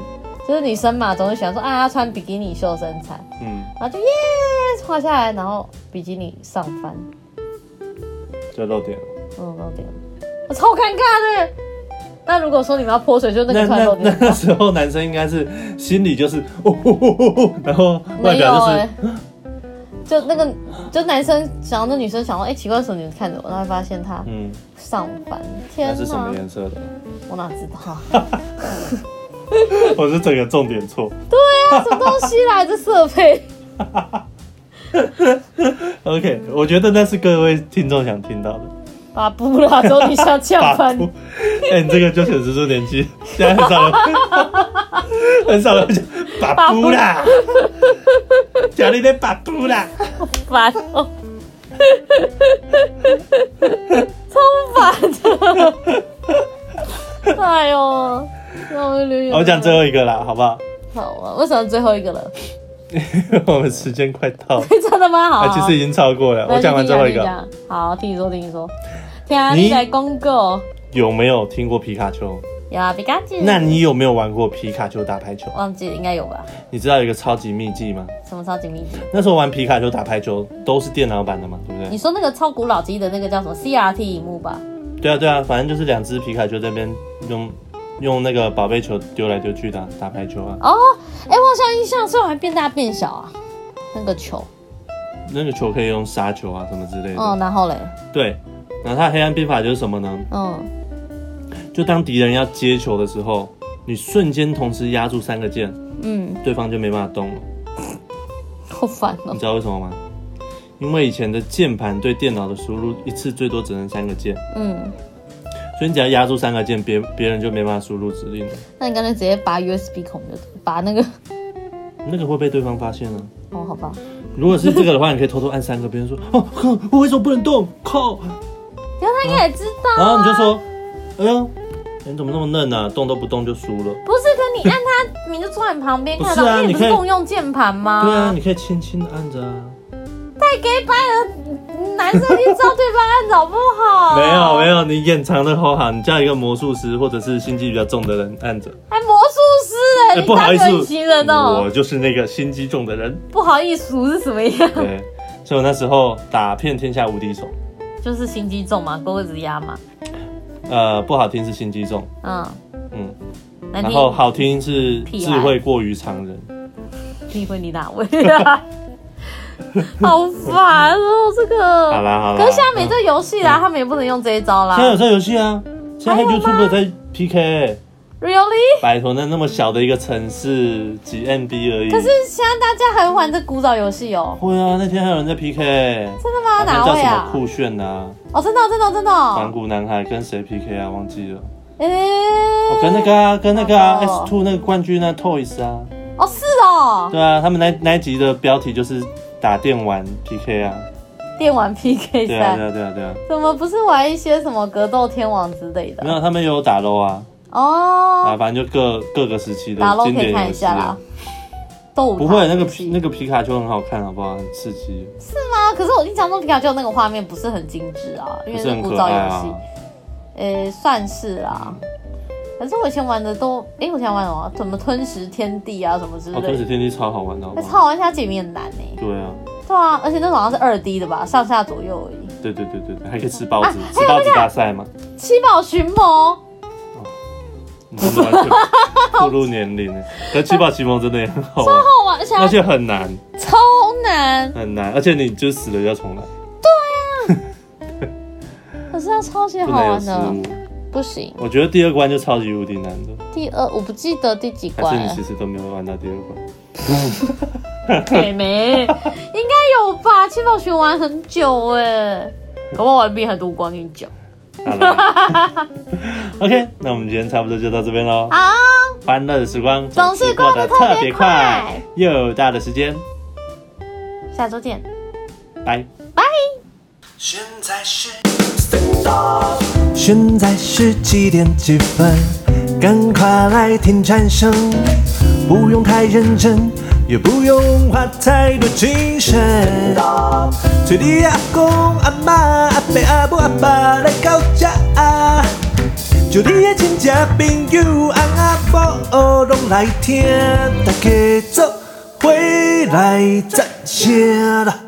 [SPEAKER 5] 就是女生嘛，总是喜欢说啊要穿比基尼秀身材，
[SPEAKER 4] 嗯，
[SPEAKER 5] 然后就耶滑下来，然后比基尼上翻，
[SPEAKER 4] 就漏点了。
[SPEAKER 5] 嗯，漏掉，我超尴尬的。那如果说你们要泼水，就那
[SPEAKER 4] 那
[SPEAKER 5] 个穿
[SPEAKER 4] 那
[SPEAKER 5] 漏掉
[SPEAKER 4] 那。那时候男生应该是心里就是哦哦哦哦哦，然后外
[SPEAKER 5] 没有
[SPEAKER 4] 表就是、
[SPEAKER 5] 哎、就那个就男生想到那女生想到，哎、奇怪，为什么你们看着我？然后发现她
[SPEAKER 4] 嗯，
[SPEAKER 5] 上班，
[SPEAKER 4] 那
[SPEAKER 5] 天
[SPEAKER 4] 是什么
[SPEAKER 5] 哪，
[SPEAKER 4] 颜色的？
[SPEAKER 5] 我哪知道？啊
[SPEAKER 4] 我是整个重点错。
[SPEAKER 5] 什么东西啦？这设备
[SPEAKER 4] OK，我觉得那是各位听众想听 到的。
[SPEAKER 5] 把布啦，只有你 想呛翻。
[SPEAKER 4] 不，哎、你这个就显示出年纪，现在很少人，很少人 讲把布啦，讲你的把布 啦，
[SPEAKER 5] 烦哦， 超烦的。 哎呦，让我流眼泪
[SPEAKER 4] 我讲最后一个啦，好不好？
[SPEAKER 5] 好啊，为什么最后一个了？
[SPEAKER 4] 我们时间快到了，
[SPEAKER 5] 真的吗？好啊、
[SPEAKER 4] 啊，其实已经超过了。
[SPEAKER 5] 那啊
[SPEAKER 4] 我讲完最后一
[SPEAKER 5] 你
[SPEAKER 4] 个，
[SPEAKER 5] 讲。好，听你说，听你说。听你
[SPEAKER 4] 你
[SPEAKER 5] 来公告。
[SPEAKER 4] 有没有听过皮卡丘？
[SPEAKER 5] 有啊，皮卡丘。
[SPEAKER 4] 那你有没有玩过皮卡丘打排球？
[SPEAKER 5] 忘记了，应该有吧？
[SPEAKER 4] 你知道有一个超级秘技吗？
[SPEAKER 5] 什么超级秘籍？
[SPEAKER 4] 那时候玩皮卡丘打排球都是电脑版的嘛，对不
[SPEAKER 5] 你
[SPEAKER 4] 对？
[SPEAKER 5] 说那个超古老机的那个叫什么 CRT 荧幕吧？
[SPEAKER 4] 对啊，对啊，反正就是两只皮卡丘这边用用那个宝贝球丢来丢去打打排球啊。
[SPEAKER 5] 哦，哎、我好像印象虽然还变大变小啊，那个球。
[SPEAKER 4] 那个球可以用杀球啊什么之类的。
[SPEAKER 5] 嗯，然后嘞，
[SPEAKER 4] 对，然后它的黑暗兵法就是什么呢？
[SPEAKER 5] 嗯，
[SPEAKER 4] 就当敌人要接球的时候，你瞬间同时压住三个键，
[SPEAKER 5] 嗯，
[SPEAKER 4] 对方就没办法动了。
[SPEAKER 5] 好烦哦、
[SPEAKER 4] 你知道为什么吗？因为以前的键盘对电脑的输入一次最多只能三个键，
[SPEAKER 5] 嗯，
[SPEAKER 4] 所以你只要压住三个键，别别人就没办法输入指令了。
[SPEAKER 5] 那你干脆直接拔 USB 孔就拔 那个。
[SPEAKER 4] 那个会被对方发现啊。
[SPEAKER 5] 哦，好吧，
[SPEAKER 4] 如果是这个的话，你可以偷偷按三个，别人说哦，靠我为什么不能动？靠！
[SPEAKER 5] 然后他应该也知道、
[SPEAKER 4] 然后
[SPEAKER 5] 啊
[SPEAKER 4] 你就说，哎呦，你怎么那么嫩啊？动都不动就输了。
[SPEAKER 5] 不是，可你按它，你就坐在你旁边
[SPEAKER 4] 不
[SPEAKER 5] 看到，
[SPEAKER 4] 是啊
[SPEAKER 5] 因为你不
[SPEAKER 4] 你可以
[SPEAKER 5] 是共用键盘吗？
[SPEAKER 4] 对啊，你可以轻轻的按着啊。
[SPEAKER 5] 太 gay 掰了，男生一定知道对方按着好不 好？
[SPEAKER 4] 没有没，有，你掩藏的好好，你叫一个魔术师或者是心机比较重的人按着。
[SPEAKER 5] 还魔术师哎、
[SPEAKER 4] 哎，
[SPEAKER 5] 你
[SPEAKER 4] 不好
[SPEAKER 5] 当
[SPEAKER 4] 意思
[SPEAKER 5] 人形人哦、
[SPEAKER 4] 我就是那个心机重的人。
[SPEAKER 5] 不好意思是什么样？
[SPEAKER 4] 对，所以我那时候打遍天下无敌手，
[SPEAKER 5] 就是心机重嘛，钩子压嘛，
[SPEAKER 4] 呃，不好听是心机重，
[SPEAKER 5] 嗯，
[SPEAKER 4] 嗯，
[SPEAKER 5] 那
[SPEAKER 4] 然
[SPEAKER 5] 你
[SPEAKER 4] 后好听是
[SPEAKER 5] 屁
[SPEAKER 4] 智
[SPEAKER 5] 孩
[SPEAKER 4] 慧过于常人。
[SPEAKER 5] 你会你哪位啊？ 好烦哦，这个。
[SPEAKER 4] 好啦嗯好啦
[SPEAKER 5] 可是现在没这哎游戏啦，他们也不能用这一招啦
[SPEAKER 4] 现。在有这游戏啊，现在
[SPEAKER 5] 还有吗
[SPEAKER 4] YouTube 在 PK，
[SPEAKER 5] Really？
[SPEAKER 4] 摆脱那那么小的一个城市几 MB 而已。
[SPEAKER 5] 可是现在大家还玩这古早游戏哦？
[SPEAKER 4] 会啊，那天还有人在 PK，
[SPEAKER 5] 真的吗？
[SPEAKER 4] 那
[SPEAKER 5] 哪
[SPEAKER 4] 叫
[SPEAKER 5] 位
[SPEAKER 4] 什么
[SPEAKER 5] 啊？
[SPEAKER 4] 酷嗯炫啊，
[SPEAKER 5] 哦，真的哦真的哦真的
[SPEAKER 4] 反
[SPEAKER 5] 哦。
[SPEAKER 4] 骨男孩跟谁 PK 啊？忘记了。
[SPEAKER 5] 哎，
[SPEAKER 4] 哦，跟那个啊，跟那个啊
[SPEAKER 5] 好
[SPEAKER 4] ，S
[SPEAKER 5] 棒
[SPEAKER 4] Two 那个冠军啊，Toys 啊，
[SPEAKER 5] 哦是哦，
[SPEAKER 4] 对啊，他们那那一集的标题就是打电玩 PK 啊，
[SPEAKER 5] 电玩 PK
[SPEAKER 4] 对啊，对
[SPEAKER 5] 赛，
[SPEAKER 4] 啊，对啊，对啊，
[SPEAKER 5] 怎么不是玩一些什么格斗天王之类
[SPEAKER 4] 没
[SPEAKER 5] 的？
[SPEAKER 4] 有，他们也有打 LO 啊，啊，
[SPEAKER 5] 哦，
[SPEAKER 4] 反正就各各个时期的
[SPEAKER 5] 打 l
[SPEAKER 4] 经
[SPEAKER 5] 可以
[SPEAKER 4] 典
[SPEAKER 5] 看
[SPEAKER 4] 游
[SPEAKER 5] 一
[SPEAKER 4] 戏
[SPEAKER 5] 下
[SPEAKER 4] 啊
[SPEAKER 5] 啦。。斗舞
[SPEAKER 4] 不会，
[SPEAKER 5] 台
[SPEAKER 4] 那个
[SPEAKER 5] 游戏
[SPEAKER 4] 皮那个皮卡丘很好看，好不好？很刺激，
[SPEAKER 5] 啊，可是我印象中皮卡丘那个画面不是很精致啊，因
[SPEAKER 4] 不
[SPEAKER 5] 为
[SPEAKER 4] 是
[SPEAKER 5] 是
[SPEAKER 4] 很
[SPEAKER 5] 古
[SPEAKER 4] 可
[SPEAKER 5] 早
[SPEAKER 4] 爱
[SPEAKER 5] 游
[SPEAKER 4] 啊
[SPEAKER 5] 戏。，呃、算是啦、可是我以前玩的都，诶，我以前玩什么？什么吞食天地啊，什么之
[SPEAKER 4] 哦，吞
[SPEAKER 5] 类
[SPEAKER 4] 食
[SPEAKER 5] 的。
[SPEAKER 4] 天地超好玩的，好不
[SPEAKER 5] 那
[SPEAKER 4] 好？
[SPEAKER 5] 超玩下解谜很难呢、
[SPEAKER 4] 对啊，
[SPEAKER 5] 对啊，而且那种好像是二 D 的吧，上下左右而已。
[SPEAKER 4] 对对对对对，还可以吃包子，
[SPEAKER 5] 啊
[SPEAKER 4] 吃包子大赛嘛，
[SPEAKER 5] 七宝寻魔，
[SPEAKER 4] 你真的嗯完全暴露年龄了。可是七宝奇谋真的也很好玩，
[SPEAKER 5] 好玩，而且它
[SPEAKER 4] 而且很难，
[SPEAKER 5] 超超难，
[SPEAKER 4] 很难，而且你就死了要重来，
[SPEAKER 5] 可是它超级
[SPEAKER 4] 不
[SPEAKER 5] 好
[SPEAKER 4] 能有
[SPEAKER 5] 玩哦
[SPEAKER 4] 失
[SPEAKER 5] 的，
[SPEAKER 4] 误。
[SPEAKER 5] 不行。
[SPEAKER 4] 我觉得第二关就超级无敌难的，
[SPEAKER 5] 第二我不记得第几
[SPEAKER 4] 还
[SPEAKER 5] 关
[SPEAKER 4] 是你
[SPEAKER 5] 了
[SPEAKER 4] 其，实都没有玩到第二关。
[SPEAKER 5] 美眉应该有吧？七宝熊玩很久哎，搞不好玩比很多关跟你讲。
[SPEAKER 4] 好了 ，OK，那我们今天差不多就到这边喽。
[SPEAKER 5] 好，
[SPEAKER 4] 欢乐的时光
[SPEAKER 5] 总是过
[SPEAKER 4] 得
[SPEAKER 5] 得
[SPEAKER 4] 特
[SPEAKER 5] 特
[SPEAKER 4] 别
[SPEAKER 5] 别
[SPEAKER 4] 快
[SPEAKER 5] 快，
[SPEAKER 4] 又有大的时间，
[SPEAKER 5] 下周见。
[SPEAKER 4] 拜。
[SPEAKER 2] 现在是现在是几点几分？赶快来听蝉声，不用太认真，也不用花太多精神。催你阿公阿妈阿伯阿母阿爸来到家，就你的亲戚朋友阿阿婆拢来听，大家做回来赞声啦。